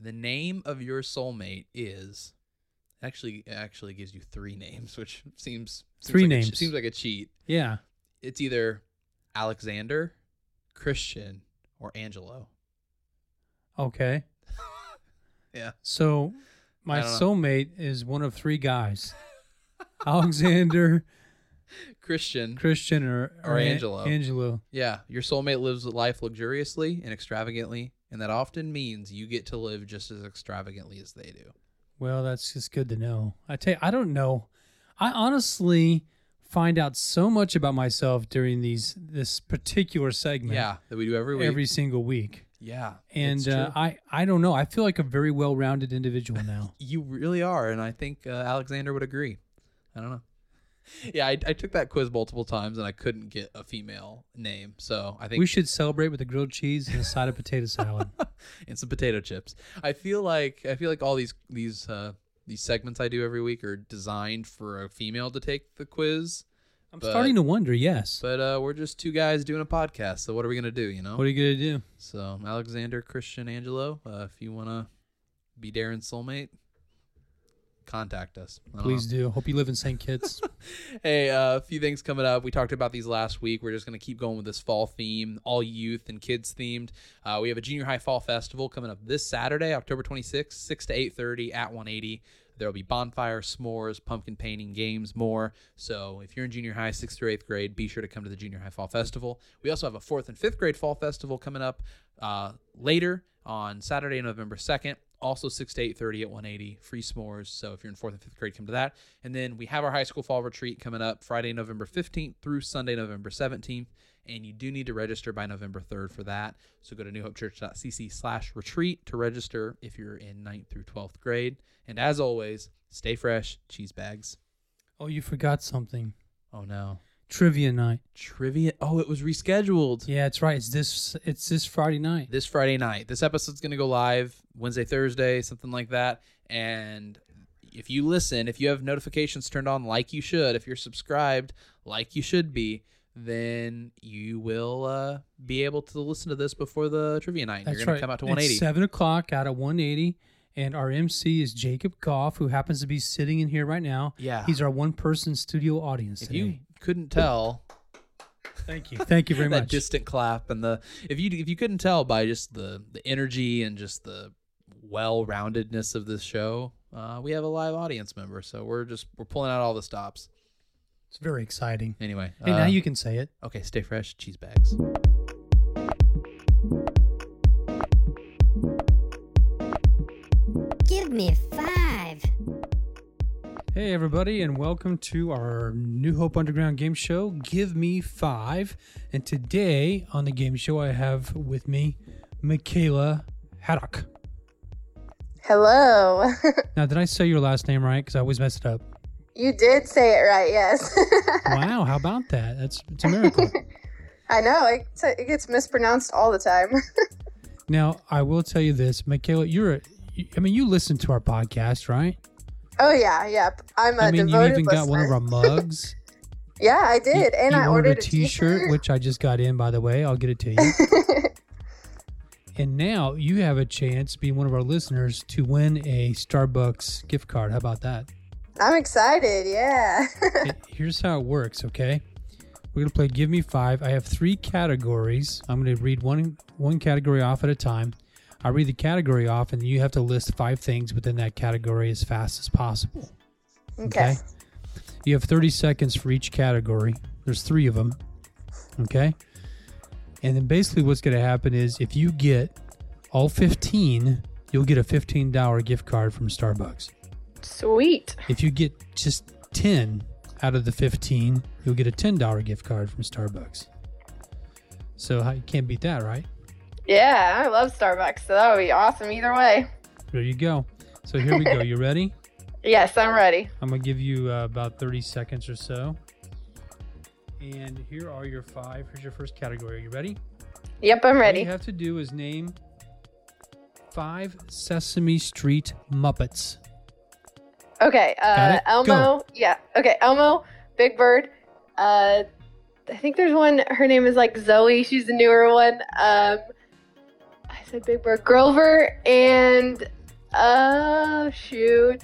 [SPEAKER 2] The name of your soulmate is actually it actually gives you three names, [LAUGHS] which seems, seems
[SPEAKER 3] Three
[SPEAKER 2] like a che-
[SPEAKER 3] names.
[SPEAKER 2] seems like a cheat.
[SPEAKER 3] yeah.
[SPEAKER 2] It's either Alexander, Christian, or Angelo.
[SPEAKER 3] Okay.
[SPEAKER 2] Yeah.
[SPEAKER 3] So my
[SPEAKER 2] I don't know.
[SPEAKER 3] soulmate is one of three guys. [LAUGHS] Alexander,
[SPEAKER 2] Christian.
[SPEAKER 3] Christian, or,
[SPEAKER 2] Or
[SPEAKER 3] An-
[SPEAKER 2] Angelo.
[SPEAKER 3] Angelo.
[SPEAKER 2] Yeah, your soulmate lives life luxuriously and extravagantly, and that often means you get to live just as extravagantly as they do.
[SPEAKER 3] Well, that's just good to know. I tell you, I don't know. I honestly find out so much about myself during these this particular segment.
[SPEAKER 2] Yeah, that we do every week.
[SPEAKER 3] Every single week.
[SPEAKER 2] yeah, it's
[SPEAKER 3] And
[SPEAKER 2] true.
[SPEAKER 3] uh, I, I don't know. I feel like a very well rounded individual
[SPEAKER 2] [LAUGHS]
[SPEAKER 3] now.
[SPEAKER 2] you really are, and I think uh, Alexander would agree. I don't know. [LAUGHS] Yeah, I, I took that quiz multiple times and I couldn't get a female name, so I think
[SPEAKER 3] we should celebrate with a grilled cheese and a side of potato
[SPEAKER 2] [LAUGHS]
[SPEAKER 3] salad.
[SPEAKER 2] and some potato chips. I feel like I feel like all these these uh, these segments I do every week are designed for a female to take the quiz,
[SPEAKER 3] I'm
[SPEAKER 2] But-
[SPEAKER 3] starting to wonder, yes.
[SPEAKER 2] but uh, we're just two guys doing a podcast. So what are we gonna do? You know,
[SPEAKER 3] what are you going to do?
[SPEAKER 2] So Alexander Christian Angelo, uh, if you want to be Darren's soulmate, contact us. I don't
[SPEAKER 3] Please
[SPEAKER 2] know.
[SPEAKER 3] do. Hope you live in St.
[SPEAKER 2] [LAUGHS]
[SPEAKER 3] Kitts.
[SPEAKER 2] Hey, uh, a few things coming up. We talked about these last week. We're just gonna keep going with this fall theme, all youth and kids themed. Uh, we have a junior high fall festival coming up this Saturday, October 26th, 6 to 8:30 at 180. There'll be bonfire, s'mores, pumpkin painting, games, more. So if you're in junior high, sixth through eighth grade, be sure to come to the junior high fall festival. We also have a fourth and fifth grade fall festival coming up uh, later on Saturday, November second. Also six to eight thirty at one eighty, free s'mores. So if you're in fourth and fifth grade, come to that. And then we have our high school fall retreat coming up Friday, November fifteenth through Sunday, November seventeenth and you do need to register by November 3rd for that. So go to newhopechurch.cc slash retreat to register if you're in 9th through 12th grade. And as always, stay fresh, cheese bags.
[SPEAKER 3] Oh, you forgot something.
[SPEAKER 2] Oh no.
[SPEAKER 3] Trivia night.
[SPEAKER 2] Trivia. Oh, it was rescheduled.
[SPEAKER 3] Yeah, it's right. It's this. It's this Friday night.
[SPEAKER 2] This Friday night. This episode's going to go live Wednesday, Thursday, something like that. And if you listen, if you have notifications turned on like you should, if you're subscribed like you should be, then you will uh, be able to listen to this before the trivia night.
[SPEAKER 3] That's
[SPEAKER 2] You're going
[SPEAKER 3] right.
[SPEAKER 2] to come out to
[SPEAKER 3] It's
[SPEAKER 2] 180.
[SPEAKER 3] seven o'clock out at one eighty, and our MC is Jacob Goff, who happens to be sitting in here right now.
[SPEAKER 2] Yeah.
[SPEAKER 3] he's our one-person studio audience.
[SPEAKER 2] If
[SPEAKER 3] today.
[SPEAKER 2] you couldn't tell
[SPEAKER 3] Thank
[SPEAKER 2] [LAUGHS]
[SPEAKER 3] you. Thank you very
[SPEAKER 2] that
[SPEAKER 3] much.
[SPEAKER 2] distant clap and the if you if you couldn't tell by just the the energy and just the well-roundedness of this show, uh, we have a live audience member, so we're just we're pulling out all the stops.
[SPEAKER 3] it's very exciting.
[SPEAKER 2] Anyway,
[SPEAKER 3] Hey, now
[SPEAKER 2] uh,
[SPEAKER 3] you can say it.
[SPEAKER 2] okay. Stay fresh, cheese bags.
[SPEAKER 5] Give me five.
[SPEAKER 3] Hey, everybody, and welcome to our New Hope Underground game show, Give Me Five. And today on the game show, I have with me Michaela Haddock.
[SPEAKER 6] Hello. [LAUGHS]
[SPEAKER 3] Now, did I say your last name right? Because I always mess it up.
[SPEAKER 6] you did say it right, yes. [LAUGHS]
[SPEAKER 3] Wow, how about that? That's it's a miracle.
[SPEAKER 6] I know, it, it gets mispronounced all the time. [LAUGHS]
[SPEAKER 3] now, I will tell you this, Michaela, you're a, I mean, you listen to our podcast, right?
[SPEAKER 6] oh, yeah, yep. I'm a
[SPEAKER 3] I mean, you
[SPEAKER 6] devoted
[SPEAKER 3] even got one of
[SPEAKER 6] listener.
[SPEAKER 3] our mugs.
[SPEAKER 6] Yeah, I [LAUGHS] did.
[SPEAKER 3] You-
[SPEAKER 6] and
[SPEAKER 3] you
[SPEAKER 6] I
[SPEAKER 3] ordered,
[SPEAKER 6] ordered
[SPEAKER 3] a t-shirt, which I just got in, by the way. I'll get it to you. and now you have a chance, being one of our listeners, to win a Starbucks gift card. How about that?
[SPEAKER 6] [LAUGHS] I'm excited, yeah. [LAUGHS]
[SPEAKER 3] It- here's how it works, okay? We're gonna play Give Me Five. I have three categories. I'm gonna read one one category off at a time. I read the category off, and you have to list five things within that category as fast as possible.
[SPEAKER 6] okay.
[SPEAKER 3] You have 30 seconds for each category. There's three of them. Okay. And then basically, what's going to happen is if you get all 15, you'll get a $15 gift card from Starbucks.
[SPEAKER 6] Sweet.
[SPEAKER 3] If you get just 10 out of the 15, you'll get a $10 gift card from Starbucks. So how- you can't beat that, right?
[SPEAKER 6] Yeah, I love Starbucks, so that would be awesome either way.
[SPEAKER 3] There you go. So here we go. You ready?
[SPEAKER 6] Yes, I'm ready.
[SPEAKER 3] I'm gonna give you uh, about 30 seconds or so. And here are your five. Here's your first category. Are you ready?
[SPEAKER 6] Yep, I'm
[SPEAKER 3] All you
[SPEAKER 6] ready.
[SPEAKER 3] have to do is name five Sesame Street Muppets.
[SPEAKER 6] Okay, uh,
[SPEAKER 3] Got it? Go.
[SPEAKER 6] Elmo. Yeah, okay, Elmo, Big Bird. Uh, I think there's one, her name is like Zoe. She's the newer one. Um, I said Big Bird, Grover, and uh, shoot.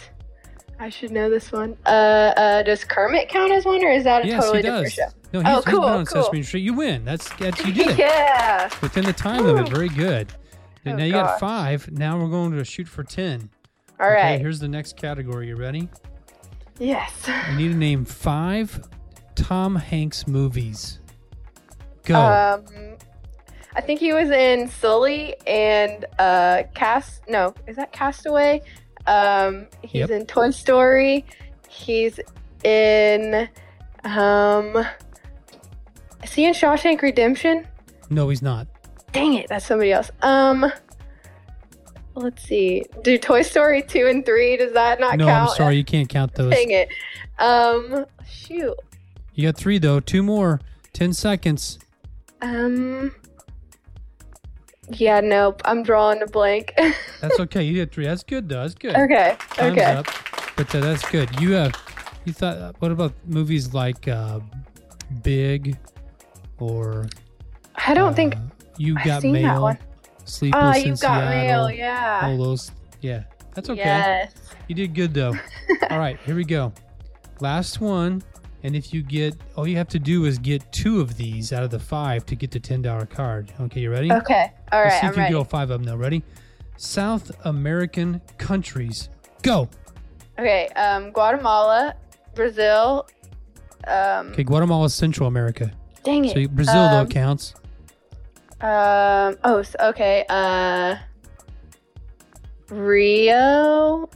[SPEAKER 6] I should know this one. Uh, uh, does Kermit count as one, or is that a
[SPEAKER 3] yes,
[SPEAKER 6] totally
[SPEAKER 3] he does.
[SPEAKER 6] different show?
[SPEAKER 3] No, he's,
[SPEAKER 6] Oh,
[SPEAKER 3] he's been
[SPEAKER 6] cool,
[SPEAKER 3] on
[SPEAKER 6] cool.
[SPEAKER 3] Sesame Street. You win. That's that's you did it
[SPEAKER 6] yeah.
[SPEAKER 3] within the time
[SPEAKER 6] Woo.
[SPEAKER 3] limit. Very good.
[SPEAKER 6] Oh,
[SPEAKER 3] now you got
[SPEAKER 6] gosh.
[SPEAKER 3] five. Now we're going to shoot for ten.
[SPEAKER 6] All
[SPEAKER 3] okay,
[SPEAKER 6] right.
[SPEAKER 3] Here's the next category. You ready?
[SPEAKER 6] yes.
[SPEAKER 3] You need to name five Tom Hanks movies. Go.
[SPEAKER 6] Um, I think he was in Sully and uh, Cast. No, is that Castaway? Um, he's
[SPEAKER 3] Yep.
[SPEAKER 6] in Toy Story. He's in. Um, is he in Shawshank Redemption?
[SPEAKER 3] no, he's not.
[SPEAKER 6] Dang it, that's somebody else. Um, let's see. Do Toy Story two and three? Does that not
[SPEAKER 3] no,
[SPEAKER 6] count?
[SPEAKER 3] I'm sorry, you can't count those.
[SPEAKER 6] [LAUGHS] Dang it. Um, shoot.
[SPEAKER 3] You got three though. Two more. Ten seconds.
[SPEAKER 6] Um. Yeah, nope. I'm drawing a blank. [LAUGHS]
[SPEAKER 3] That's okay. You did three. That's good though. That's good.
[SPEAKER 6] okay.
[SPEAKER 3] Time's
[SPEAKER 6] okay.
[SPEAKER 3] up. But uh, that's good. You have. You thought. uh, What about movies like uh, Big, or
[SPEAKER 6] I don't think.
[SPEAKER 3] uh, you
[SPEAKER 6] I've
[SPEAKER 3] got
[SPEAKER 6] seen that
[SPEAKER 3] mail.
[SPEAKER 6] one.
[SPEAKER 3] Sleepless
[SPEAKER 6] Ah,
[SPEAKER 3] in
[SPEAKER 6] you got
[SPEAKER 3] Seattle.
[SPEAKER 6] real. Yeah.
[SPEAKER 3] All those. Yeah. That's okay.
[SPEAKER 6] Yes.
[SPEAKER 3] You did good
[SPEAKER 6] [LAUGHS]
[SPEAKER 3] though. All right, here we go. Last one. And if you get, all you have to do is get two of these out of the five to get the $10 card. Okay, you ready?
[SPEAKER 6] Okay. All
[SPEAKER 3] Let's
[SPEAKER 6] right.
[SPEAKER 3] see
[SPEAKER 6] I'm
[SPEAKER 3] if you can
[SPEAKER 6] ready.
[SPEAKER 3] get all five of them now. Ready? South American countries. Go.
[SPEAKER 6] Okay, um, Guatemala, Brazil. Um,
[SPEAKER 3] Okay, Guatemala, is Central America.
[SPEAKER 6] Dang it.
[SPEAKER 3] So Brazil
[SPEAKER 6] um,
[SPEAKER 3] though counts.
[SPEAKER 6] Um. Oh. s- Okay. Uh. Rio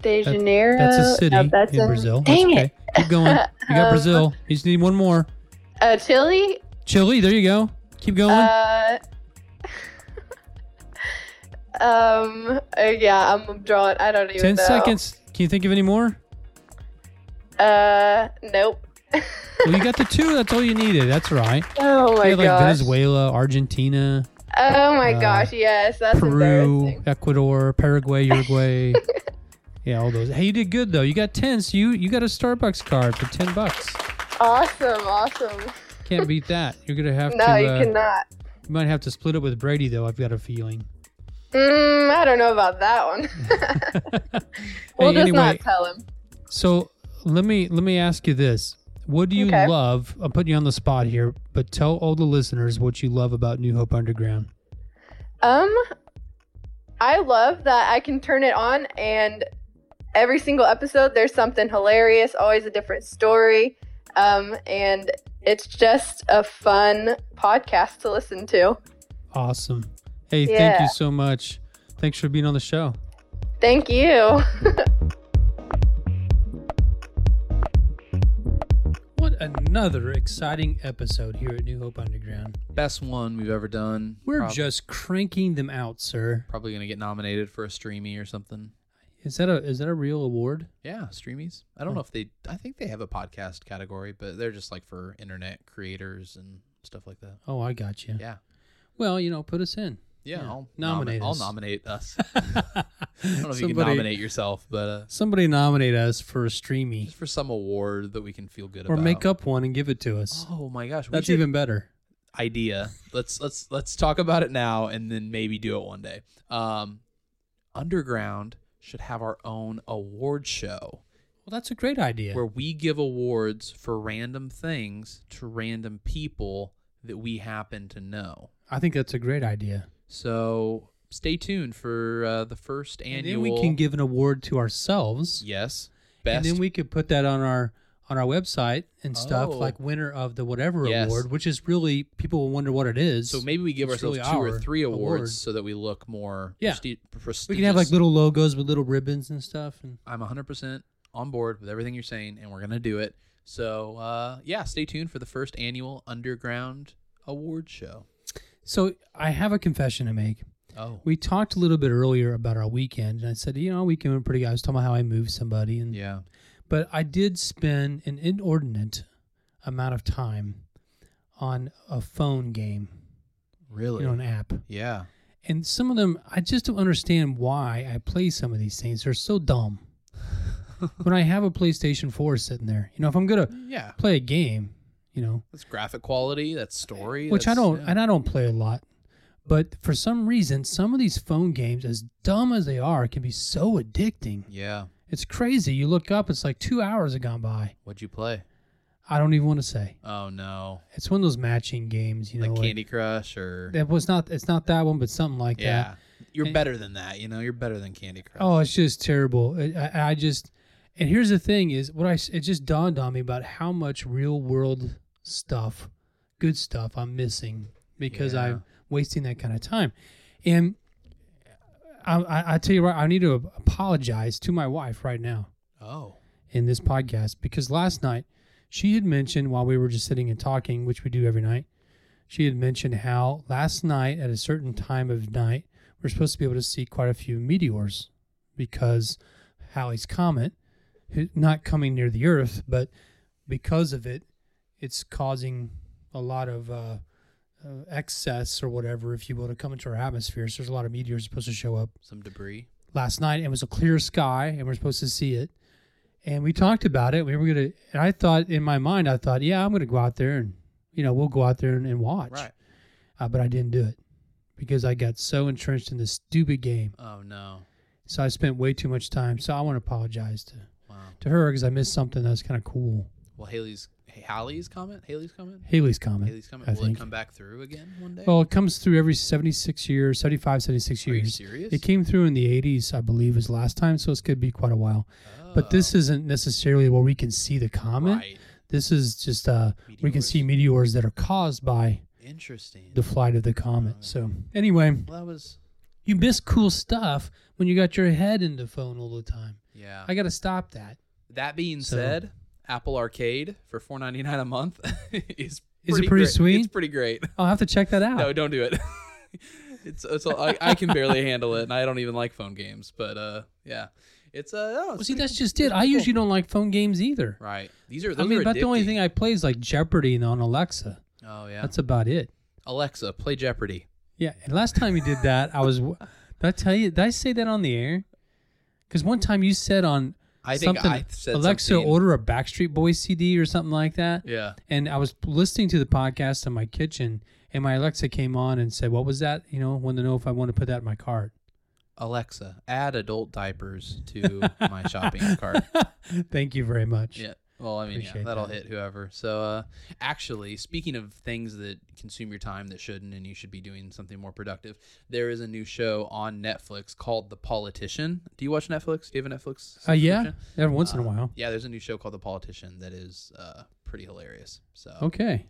[SPEAKER 6] de
[SPEAKER 3] That-
[SPEAKER 6] Janeiro.
[SPEAKER 3] That's a city
[SPEAKER 6] No, that's
[SPEAKER 3] in
[SPEAKER 6] a-
[SPEAKER 3] Brazil.
[SPEAKER 6] Dang
[SPEAKER 3] that's
[SPEAKER 6] it.
[SPEAKER 3] okay. Keep going. You got
[SPEAKER 6] [LAUGHS] Um,
[SPEAKER 3] Brazil. You just need one more.
[SPEAKER 6] Uh, Chile.
[SPEAKER 3] Chile. There you go. Keep going.
[SPEAKER 6] Uh. [LAUGHS] um. uh, yeah. I'm drawing. I don't even.
[SPEAKER 3] Ten
[SPEAKER 6] know.
[SPEAKER 3] seconds. Can you think of any more?
[SPEAKER 6] Uh. Nope.
[SPEAKER 3] Well, you got the two. That's all you needed. That's right.
[SPEAKER 6] Oh my
[SPEAKER 3] you had like
[SPEAKER 6] gosh.
[SPEAKER 3] Venezuela, Argentina,
[SPEAKER 6] Oh my
[SPEAKER 3] uh,
[SPEAKER 6] gosh. Yes. That's
[SPEAKER 3] Peru,
[SPEAKER 6] embarrassing.
[SPEAKER 3] Ecuador, Paraguay,
[SPEAKER 6] [LAUGHS]
[SPEAKER 3] Uruguay. yeah, all those. Hey, you did good though. You got ten. So you you got a Starbucks card for ten bucks.
[SPEAKER 6] Awesome. Awesome.
[SPEAKER 3] Can't beat that. You're gonna have
[SPEAKER 6] [LAUGHS] No,
[SPEAKER 3] to.
[SPEAKER 6] you
[SPEAKER 3] uh,
[SPEAKER 6] cannot.
[SPEAKER 3] You might have to split up with Brady though. I've got a feeling. [LAUGHS]
[SPEAKER 6] Mm, I don't know about that one. [LAUGHS] we'll
[SPEAKER 3] Hey,
[SPEAKER 6] just
[SPEAKER 3] anyway.
[SPEAKER 6] not tell him.
[SPEAKER 3] So let me let me ask you this: What do you
[SPEAKER 6] Okay.
[SPEAKER 3] love? I'm putting you on the spot here, but tell all the listeners what you love about New Hope Underground.
[SPEAKER 6] Um, I love that I can turn it on and every single episode there's something hilarious, always a different story. Um, and it's just a fun podcast to listen to.
[SPEAKER 3] Awesome. Hey, thank
[SPEAKER 6] Yeah.
[SPEAKER 3] you so much. Thanks for being on the show.
[SPEAKER 6] Thank you.
[SPEAKER 3] What another exciting episode here at New Hope Underground.
[SPEAKER 2] Best one we've ever done.
[SPEAKER 3] We're
[SPEAKER 2] Prob-
[SPEAKER 3] just cranking them out, sir.
[SPEAKER 2] probably gonna get nominated for a streamy or something.
[SPEAKER 3] Is that a is that a real award?
[SPEAKER 2] Yeah, streamies. I don't know if they. I think they have a podcast category, but they're just like for internet creators and stuff like that.
[SPEAKER 3] Oh, I got you.
[SPEAKER 2] Yeah,
[SPEAKER 3] Well, you know, put us in.
[SPEAKER 2] yeah.
[SPEAKER 3] Yeah.
[SPEAKER 2] I'll
[SPEAKER 3] Nominate
[SPEAKER 2] nominate. I'll
[SPEAKER 3] us. [LAUGHS]
[SPEAKER 2] nominate us. [LAUGHS] I don't know if you can
[SPEAKER 3] Somebody-
[SPEAKER 2] nominate yourself, but uh,
[SPEAKER 3] Somebody nominate us for a streamy
[SPEAKER 2] just for some award that we can feel good
[SPEAKER 3] or
[SPEAKER 2] about.
[SPEAKER 3] make up one and give it to us.
[SPEAKER 2] Oh my gosh, we
[SPEAKER 3] That's
[SPEAKER 2] should-
[SPEAKER 3] even better.
[SPEAKER 2] idea. Let's let's let's talk about it now and then maybe do it one day. Um, Underground should have our own award show.
[SPEAKER 3] Well, that's a great idea.
[SPEAKER 2] where we give awards for random things to random people that we happen to know.
[SPEAKER 3] I think that's a great idea.
[SPEAKER 2] So stay tuned for uh, the first
[SPEAKER 3] And
[SPEAKER 2] annual.
[SPEAKER 3] then we can give an award to ourselves.
[SPEAKER 2] yes best.
[SPEAKER 3] And then we could put that on our on our website and stuff
[SPEAKER 2] Oh.
[SPEAKER 3] like winner of the whatever
[SPEAKER 2] Yes.
[SPEAKER 3] award, which is really people will wonder what it is.
[SPEAKER 2] so maybe we give
[SPEAKER 3] It's
[SPEAKER 2] ourselves
[SPEAKER 3] really
[SPEAKER 2] two or
[SPEAKER 3] our
[SPEAKER 2] three awards
[SPEAKER 3] award.
[SPEAKER 2] so that we look more
[SPEAKER 3] Yeah.
[SPEAKER 2] presti- prestigious.
[SPEAKER 3] we can have like little logos with little ribbons and stuff. And
[SPEAKER 2] I'm 100% on board with everything you're saying, and we're gonna do it. So uh, yeah, stay tuned for the first annual Underground Award Show.
[SPEAKER 3] so I have a confession to make.
[SPEAKER 2] Oh
[SPEAKER 3] We talked a little bit earlier about our weekend, and I said, you know, our weekend went pretty good. I was talking about how I moved somebody, and
[SPEAKER 2] yeah,
[SPEAKER 3] but I did spend an inordinate amount of time on a phone game,
[SPEAKER 2] really?
[SPEAKER 3] you know, an app.
[SPEAKER 2] yeah,
[SPEAKER 3] And some of them, I just don't understand why I play some of these things. They're so [LAUGHS] dumb. when I have a PlayStation 4 sitting there, you know, if I'm gonna
[SPEAKER 2] yeah.
[SPEAKER 3] play a game, you know,
[SPEAKER 2] That's graphic quality. That's story.
[SPEAKER 3] which I
[SPEAKER 2] that's-
[SPEAKER 3] don't,
[SPEAKER 2] yeah.
[SPEAKER 3] and I don't play a lot, but for some reason, some of these phone games, as dumb as they are, can be so addicting.
[SPEAKER 2] Yeah.
[SPEAKER 3] It's crazy. You look up, it's like two hours have gone by.
[SPEAKER 2] What'd you play?
[SPEAKER 3] I don't even want to say.
[SPEAKER 2] Oh no,
[SPEAKER 3] It's one of those matching games, you know.
[SPEAKER 2] like
[SPEAKER 3] like-
[SPEAKER 2] Candy Crush or
[SPEAKER 3] That was not. It's not that one, but something like that.
[SPEAKER 2] yeah. You're
[SPEAKER 3] And-
[SPEAKER 2] better than that. You know, you're better than Candy Crush.
[SPEAKER 3] Oh, it's just terrible. I- I, I just, and here's the thing: is what I s- it just dawned on me about how much real world stuff, good stuff, I'm missing because
[SPEAKER 2] Yeah.
[SPEAKER 3] I'm wasting that kind of time, and I, I, I tell you right, I need to apologize to my wife right now
[SPEAKER 2] Oh.
[SPEAKER 3] in this podcast because last night she had mentioned while we were just sitting and talking, which we do every night, she had mentioned how last night at a certain time of night we're supposed to be able to see quite a few meteors because Halley's comet, who- not coming near the Earth, but because of it, it's causing a lot of uh, uh, excess or whatever, if you will, to come into our atmosphere. So there's a lot of meteors supposed to show up
[SPEAKER 2] some debris.
[SPEAKER 3] last night. It was a clear sky, and we're supposed to see it. And we talked about it. We were gonna. And I thought in my mind, I thought, yeah, I'm gonna go out there and you know we'll go out there and, and watch.
[SPEAKER 2] Right.
[SPEAKER 3] Uh, but I didn't do it because I got so entrenched in this stupid game.
[SPEAKER 2] Oh no.
[SPEAKER 3] So I spent way too much time. So I want to apologize to
[SPEAKER 2] Wow.
[SPEAKER 3] to her because I missed something that was kind of cool.
[SPEAKER 2] Well, Haley's Haley's comment. Haley's comment.
[SPEAKER 3] Haley's comment.
[SPEAKER 2] Haley's comment.
[SPEAKER 3] I
[SPEAKER 2] will
[SPEAKER 3] think.
[SPEAKER 2] it come back through again one day?
[SPEAKER 3] Well, it comes through every 76 years, 75, 76
[SPEAKER 2] Are you
[SPEAKER 3] years.
[SPEAKER 2] serious?
[SPEAKER 3] It came through in the 80s, I believe, was last time, so it's going to be quite a while. But this isn't necessarily where we can see the comment.
[SPEAKER 2] Oh. Right.
[SPEAKER 3] This is just uh, we can
[SPEAKER 2] Meteors.
[SPEAKER 3] see meteors that are caused by
[SPEAKER 2] Interesting.
[SPEAKER 3] the flight of the comet. So anyway,
[SPEAKER 2] well, that was
[SPEAKER 3] you miss cool stuff when you got your head in the phone all the time.
[SPEAKER 2] yeah.
[SPEAKER 3] I got to stop that.
[SPEAKER 2] That being
[SPEAKER 3] So-
[SPEAKER 2] said, Apple Arcade for four ninety nine a month [LAUGHS]
[SPEAKER 3] Is
[SPEAKER 2] is
[SPEAKER 3] it pretty
[SPEAKER 2] great.
[SPEAKER 3] sweet?
[SPEAKER 2] It's pretty great.
[SPEAKER 3] I'll have to check that out.
[SPEAKER 2] No, don't do it. [LAUGHS] it's it's I, I can barely handle it, and I don't even like phone games. But uh, yeah, it's uh. no, it's
[SPEAKER 3] Well, see,
[SPEAKER 2] pretty-
[SPEAKER 3] that's just it. I
[SPEAKER 2] pretty cool.
[SPEAKER 3] usually don't like phone games either.
[SPEAKER 2] right. These are.
[SPEAKER 3] I
[SPEAKER 2] Those
[SPEAKER 3] mean,
[SPEAKER 2] are
[SPEAKER 3] about the only
[SPEAKER 2] addicting.
[SPEAKER 3] thing I play is like Jeopardy and on Alexa.
[SPEAKER 2] Oh yeah.
[SPEAKER 3] That's about it.
[SPEAKER 2] Alexa, play Jeopardy.
[SPEAKER 3] Yeah, and last time you did that, I was. [LAUGHS] Did I tell you? Did I say that on the air? Because one time you said on
[SPEAKER 2] I think
[SPEAKER 3] something,
[SPEAKER 2] I said
[SPEAKER 3] Alexa,
[SPEAKER 2] something.
[SPEAKER 3] order a Backstreet Boys CD or something like that.
[SPEAKER 2] Yeah.
[SPEAKER 3] And I was listening to the podcast in my kitchen, and my Alexa came on and said, "What was that? You know, wanted to know if I want to put that in my cart."
[SPEAKER 2] Alexa, add adult diapers
[SPEAKER 3] [LAUGHS]
[SPEAKER 2] to my shopping cart.
[SPEAKER 3] Thank you very much.
[SPEAKER 2] Yeah. Well, I mean, yeah,
[SPEAKER 3] Appreciate
[SPEAKER 2] that'll
[SPEAKER 3] that.
[SPEAKER 2] hit whoever. So, uh, actually, speaking of things that consume your time that shouldn't, and you should be doing something more productive, there is a new show on Netflix called The Politician. Do you watch Netflix? Do you have a Netflix?
[SPEAKER 3] Uh, yeah,
[SPEAKER 2] subscription?
[SPEAKER 3] every once in a
[SPEAKER 2] Uh,
[SPEAKER 3] while.
[SPEAKER 2] Yeah, there's a new show called The Politician that is uh, pretty hilarious. So,
[SPEAKER 3] Okay.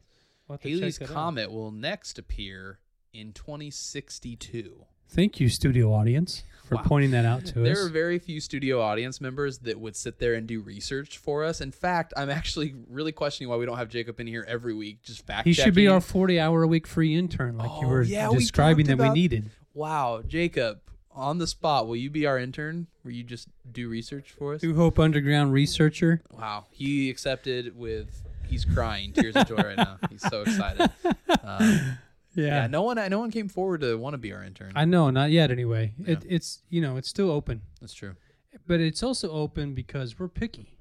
[SPEAKER 3] We'll have to check
[SPEAKER 2] Haley's
[SPEAKER 3] that out.
[SPEAKER 2] Comet will next appear in 2062.
[SPEAKER 3] Thank you, studio audience, for
[SPEAKER 2] Wow.
[SPEAKER 3] pointing that out to
[SPEAKER 2] There
[SPEAKER 3] us.
[SPEAKER 2] are very few studio audience members that would sit there and do research for us. In fact, I'm actually really questioning why we don't have Jacob in here every week. Just fact
[SPEAKER 3] he should be
[SPEAKER 2] checking.
[SPEAKER 3] our 40 hour a week free intern, like you
[SPEAKER 2] Oh,
[SPEAKER 3] were
[SPEAKER 2] yeah, we
[SPEAKER 3] describing
[SPEAKER 2] talked
[SPEAKER 3] that we
[SPEAKER 2] about-
[SPEAKER 3] needed.
[SPEAKER 2] wow, Jacob, on the spot, will you be our intern? Will you just do research for us?
[SPEAKER 3] New Hope Underground researcher.
[SPEAKER 2] Wow, he accepted with he's crying tears of joy
[SPEAKER 3] [LAUGHS]
[SPEAKER 2] right now. He's so excited. Um, yeah. no one, no one came forward to want to be our intern.
[SPEAKER 3] I know, not yet anyway. It, it's you know, it's still open,
[SPEAKER 2] That's true.
[SPEAKER 3] but it's also open because we're picky.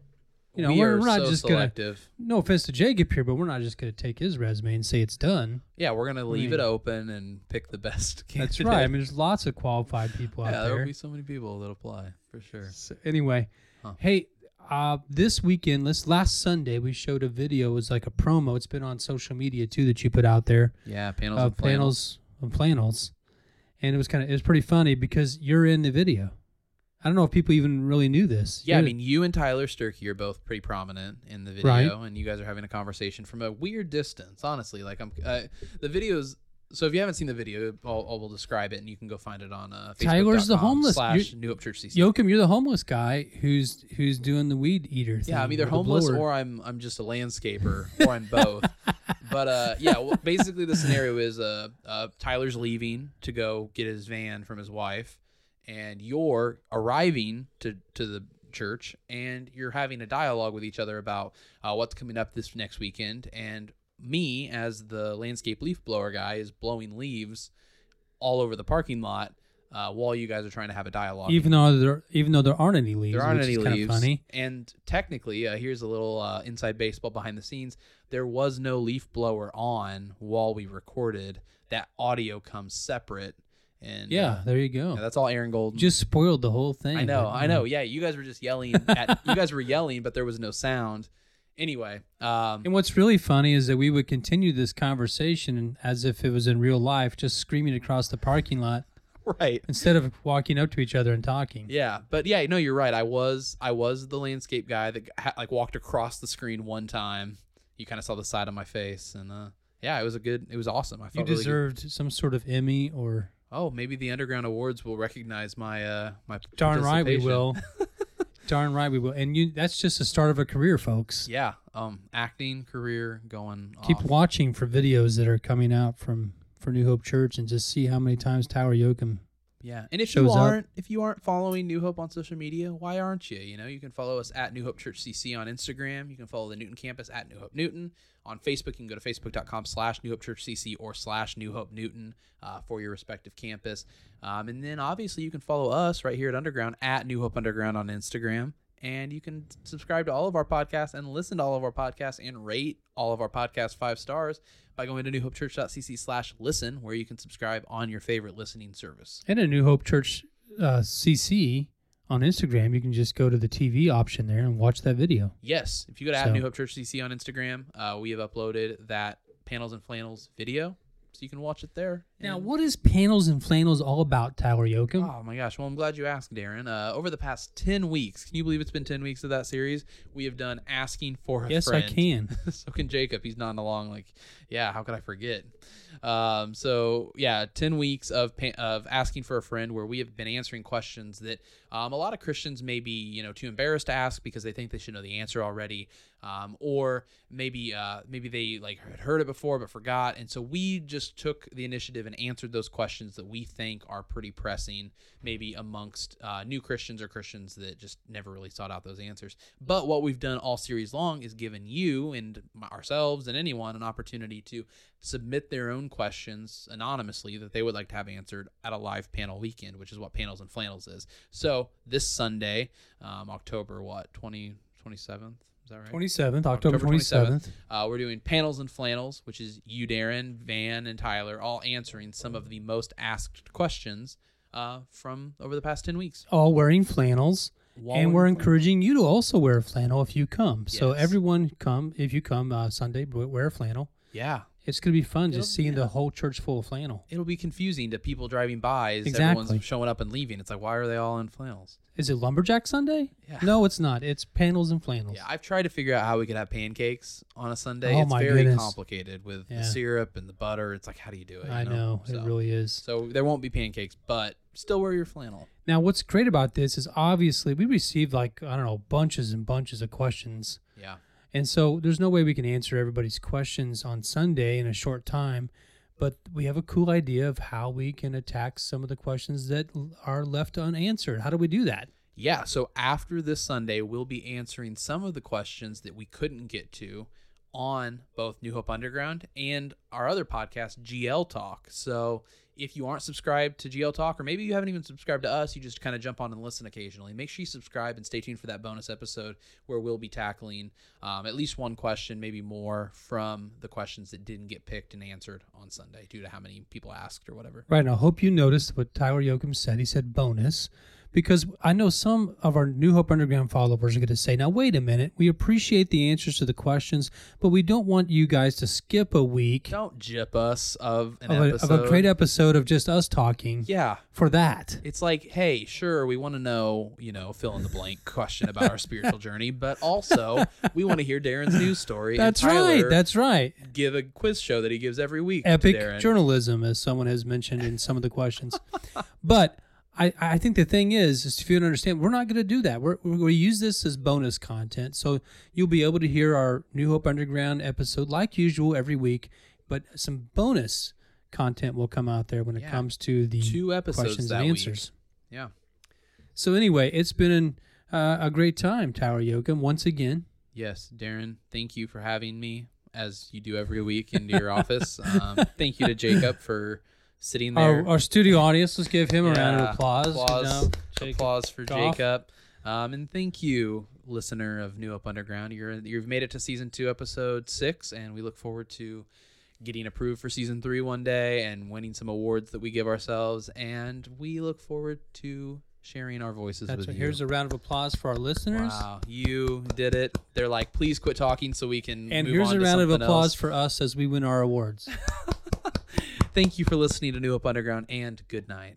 [SPEAKER 3] You know,
[SPEAKER 2] we
[SPEAKER 3] we're,
[SPEAKER 2] are
[SPEAKER 3] we're not
[SPEAKER 2] so
[SPEAKER 3] just gonna.
[SPEAKER 2] selective.
[SPEAKER 3] No offense to Jacob here, but we're not just gonna take his resume and say it's
[SPEAKER 2] [LAUGHS]
[SPEAKER 3] done.
[SPEAKER 2] Yeah, we're gonna leave
[SPEAKER 3] mean-
[SPEAKER 2] it open and pick the best.
[SPEAKER 3] That's
[SPEAKER 2] candidate.
[SPEAKER 3] right. I mean, there's lots of qualified people out
[SPEAKER 2] yeah, there
[SPEAKER 3] there.
[SPEAKER 2] will be so many people that apply for sure.
[SPEAKER 3] So anyway, hey, uh, this weekend, this last Sunday, we showed a video. It was like a promo. It's been on social media too that you put out there.
[SPEAKER 2] Yeah, panels
[SPEAKER 3] Uh,
[SPEAKER 2] and flannels.
[SPEAKER 3] flannels and flannels, and it was kind of it was pretty funny because you're in the video. I don't know if people even really knew this.
[SPEAKER 2] Yeah, I
[SPEAKER 3] You're-
[SPEAKER 2] mean, you and Tyler Sturkey are both pretty prominent in the video,
[SPEAKER 3] Right.
[SPEAKER 2] and you guys are having a conversation from a weird distance. Honestly, like I'm, uh, the videos. So if you haven't seen the video, I'll, I'll will describe it, and you can go find it on uh, Facebook.
[SPEAKER 3] Tyler's the homeless.
[SPEAKER 2] slash
[SPEAKER 3] You're-
[SPEAKER 2] New Hope Church CC.
[SPEAKER 3] Joachim, you're the homeless guy who's who's doing the weed eater. Thing
[SPEAKER 2] Yeah, I'm either
[SPEAKER 3] with the
[SPEAKER 2] homeless
[SPEAKER 3] blower.
[SPEAKER 2] or I'm I'm just a landscaper or I'm both.
[SPEAKER 3] [LAUGHS]
[SPEAKER 2] but uh, yeah, well, basically the scenario is uh, uh, Tyler's leaving to go get his van from his wife, and you're arriving to to the church, and you're having a dialogue with each other about uh, what's coming up this next weekend, and me as the landscape leaf blower guy is blowing leaves all over the parking lot uh, while you guys are trying to have a dialogue
[SPEAKER 3] even though there even though there aren't any leaves.
[SPEAKER 2] there aren't
[SPEAKER 3] which
[SPEAKER 2] any
[SPEAKER 3] is kinda
[SPEAKER 2] leaves.
[SPEAKER 3] Funny.
[SPEAKER 2] And technically, uh, here's a little uh, inside baseball behind the scenes. There was no leaf blower on while we recorded. That audio comes separate. And
[SPEAKER 3] Yeah,
[SPEAKER 2] uh,
[SPEAKER 3] there you go.
[SPEAKER 2] yeah, that's all Aaron Golden.
[SPEAKER 3] Just Mm-hmm. spoiled the whole thing.
[SPEAKER 2] I know,
[SPEAKER 3] but,
[SPEAKER 2] I
[SPEAKER 3] you
[SPEAKER 2] know. Yeah, you guys were just yelling. At, you guys were yelling, but there was no sound. Anyway,
[SPEAKER 3] [LAUGHS]
[SPEAKER 2] um,
[SPEAKER 3] And what's really funny is that we would continue this conversation as if it was in real life, just screaming across the parking lot
[SPEAKER 2] right.
[SPEAKER 3] instead of walking up to each other and talking.
[SPEAKER 2] Yeah, but yeah, no, you're right. I was I was the landscape guy that ha- like walked across the screen one time. You kind of saw the side of my face, and uh, yeah, it was a good. It was awesome. I
[SPEAKER 3] You
[SPEAKER 2] felt really good.
[SPEAKER 3] deserved some sort of Emmy or
[SPEAKER 2] Oh, maybe the Underground Awards will recognize my uh my
[SPEAKER 3] darn right we
[SPEAKER 2] participation. [LAUGHS]
[SPEAKER 3] will. darn right we will. And you that's just the start of a career, folks.
[SPEAKER 2] Yeah, um, acting career going.
[SPEAKER 3] Keep
[SPEAKER 2] off.
[SPEAKER 3] watching for videos that are coming out from for New Hope Church and just see how many times Tower Yoakum.
[SPEAKER 2] Yeah, and if
[SPEAKER 3] shows
[SPEAKER 2] you
[SPEAKER 3] up.
[SPEAKER 2] aren't if you aren't following New Hope on social media, why aren't you? You know, you can follow us at New Hope Church CC on Instagram. You can follow the Newton campus at New Hope Newton on Facebook. You can go to facebook.com slash New Hope Church CC or slash New Hope Newton uh, for your respective campus. Um, and then obviously you can follow us right here at Underground at New Hope Underground on Instagram. And you can subscribe to all of our podcasts and listen to all of our podcasts and rate all of our podcasts five stars by going to newhopechurch.cc slash listen, where you can subscribe on your favorite listening service.
[SPEAKER 3] And a New Hope Church uh, CC on Instagram, you can just go to the TV option there and watch that video.
[SPEAKER 2] Yes, if you go to at
[SPEAKER 3] So-
[SPEAKER 2] New Hope Church CC on Instagram, uh, we have uploaded that panels and flannels video, so you can watch it there.
[SPEAKER 3] Now,
[SPEAKER 2] And-
[SPEAKER 3] what is panels and flannels all about, Tyler Yoakum?
[SPEAKER 2] Oh my gosh! Well, I'm glad you asked, Darren. Uh, over the past ten weeks, can you believe it's been ten weeks of that series? We have done asking for a
[SPEAKER 3] yes,
[SPEAKER 2] friend.
[SPEAKER 3] I can.
[SPEAKER 2] [LAUGHS] so can Jacob. He's nodding along like, yeah, how could I forget? Um, so yeah, 10 weeks of, pa- of asking for a friend where we have been answering questions that, um, a lot of Christians may be, you know, too embarrassed to ask because they think they should know the answer already. Um, or maybe, uh, maybe they like had heard it before, but forgot. And so we just took the initiative and answered those questions that we think are pretty pressing, maybe amongst, uh, new Christians or Christians that just never really sought out those answers. But what we've done all series long is given you and my- ourselves and anyone an opportunity to submit their own questions anonymously that they would like to have answered at a live panel weekend, which is what Panels and Flannels is. So this Sunday, um, October what twenty twenty seventh is that right?
[SPEAKER 3] 27th, October
[SPEAKER 2] October 27th.
[SPEAKER 3] 27th.
[SPEAKER 2] Uh, we're doing panels and flannels, which is you, Darren, Van, and Tyler, all answering some of the most asked questions uh, from over the past ten weeks.
[SPEAKER 3] all wearing flannels.
[SPEAKER 2] While
[SPEAKER 3] and
[SPEAKER 2] in
[SPEAKER 3] we're
[SPEAKER 2] flannels.
[SPEAKER 3] encouraging you to also wear a flannel if you come. So
[SPEAKER 2] Yes.
[SPEAKER 3] everyone come if you come uh, Sunday, w- wear a flannel.
[SPEAKER 2] Yeah,
[SPEAKER 3] It's gonna be fun just
[SPEAKER 2] It'll-
[SPEAKER 3] seeing
[SPEAKER 2] yeah.
[SPEAKER 3] the whole church full of flannel.
[SPEAKER 2] it'll be confusing to people driving by as
[SPEAKER 3] Exactly.
[SPEAKER 2] everyone's showing up and leaving. It's like, why are they all in flannels?
[SPEAKER 3] Is it lumberjack Sunday?
[SPEAKER 2] Yeah.
[SPEAKER 3] No, it's not. It's panels and flannels.
[SPEAKER 2] Yeah, I've tried to figure out how we could have pancakes on a Sunday.
[SPEAKER 3] Oh
[SPEAKER 2] it's
[SPEAKER 3] my
[SPEAKER 2] very
[SPEAKER 3] goodness.
[SPEAKER 2] complicated with
[SPEAKER 3] Yeah.
[SPEAKER 2] the syrup and the butter. It's like, how do you do it?
[SPEAKER 3] I
[SPEAKER 2] you
[SPEAKER 3] know,
[SPEAKER 2] So,
[SPEAKER 3] it really is.
[SPEAKER 2] so there won't be pancakes, but still wear your flannel.
[SPEAKER 3] Now, what's great about this is obviously we received like I don't know bunches and bunches of questions,
[SPEAKER 2] Yeah.
[SPEAKER 3] and so there's no way we can answer everybody's questions on Sunday in a short time. But we have a cool idea of how we can attack some of the questions that l- are left unanswered. How do we do that?
[SPEAKER 2] Yeah. So after this Sunday, we'll be answering some of the questions that we couldn't get to on both New Hope Underground and our other podcast, GL Talk. So if you aren't subscribed to GL Talk, or maybe you haven't even subscribed to us, you just kind of jump on and listen occasionally, make sure you subscribe and stay tuned for that bonus episode where we'll be tackling um, at least one question, maybe more, from the questions that didn't get picked and answered on Sunday due to how many people asked or whatever.
[SPEAKER 3] Right, and I hope you noticed what Tyler Yoakum said. He said bonus because I know some of our New Hope Underground followers are going to say, now, wait a minute, we appreciate the answers to the questions, but we don't want you guys to skip a week
[SPEAKER 2] Don't jip us of an
[SPEAKER 3] of a,
[SPEAKER 2] episode.
[SPEAKER 3] of a great episode of just us talking
[SPEAKER 2] Yeah.
[SPEAKER 3] for that.
[SPEAKER 2] It's like, hey, sure, we want to know, you know, fill in the blank question about
[SPEAKER 3] [LAUGHS]
[SPEAKER 2] our spiritual journey, but also we want to hear Darren's news story.
[SPEAKER 3] That's
[SPEAKER 2] and Tyler
[SPEAKER 3] right. That's right.
[SPEAKER 2] give a quiz show that he gives every week. to
[SPEAKER 3] Epic
[SPEAKER 2] Darren.
[SPEAKER 3] journalism, as someone has mentioned in some of the questions. but I, I think the thing is, is if you don't understand, we're not going to do that. We're, we're going to use this as bonus content. So you'll be able to hear our New Hope Underground episode like usual every week, but some bonus content will come out there when it
[SPEAKER 2] Yeah.
[SPEAKER 3] comes to the
[SPEAKER 2] Two episodes
[SPEAKER 3] questions
[SPEAKER 2] that
[SPEAKER 3] and
[SPEAKER 2] week.
[SPEAKER 3] answers.
[SPEAKER 2] Yeah.
[SPEAKER 3] So anyway, it's been an, uh, a great time, Tower Yoakum, once again.
[SPEAKER 2] Yes, Darren, thank you for having me as you do every week into your office. Um, thank you to Jacob for sitting there.
[SPEAKER 3] [LAUGHS] Our, our studio audience, let's give him a round of
[SPEAKER 2] Yeah.
[SPEAKER 3] applause. you know,
[SPEAKER 2] Applause,
[SPEAKER 3] Jacob.
[SPEAKER 2] applause for
[SPEAKER 3] Goff.
[SPEAKER 2] Jacob. Um, and thank you, listener of New Up Underground. You're you've made it to season two, episode six, and we look forward to getting approved for season three one day and winning some awards that we give ourselves. And we look forward to sharing our voices
[SPEAKER 3] That's
[SPEAKER 2] with
[SPEAKER 3] right.
[SPEAKER 2] you.
[SPEAKER 3] Here's a round of applause for our listeners.
[SPEAKER 2] wow, you did it. They're like, please quit talking so we can.
[SPEAKER 3] And
[SPEAKER 2] move
[SPEAKER 3] here's
[SPEAKER 2] on
[SPEAKER 3] a
[SPEAKER 2] to
[SPEAKER 3] round of
[SPEAKER 2] something
[SPEAKER 3] applause
[SPEAKER 2] else."
[SPEAKER 3] for us as we win our awards.
[SPEAKER 2] Thank you for listening to New Up Underground, and good night.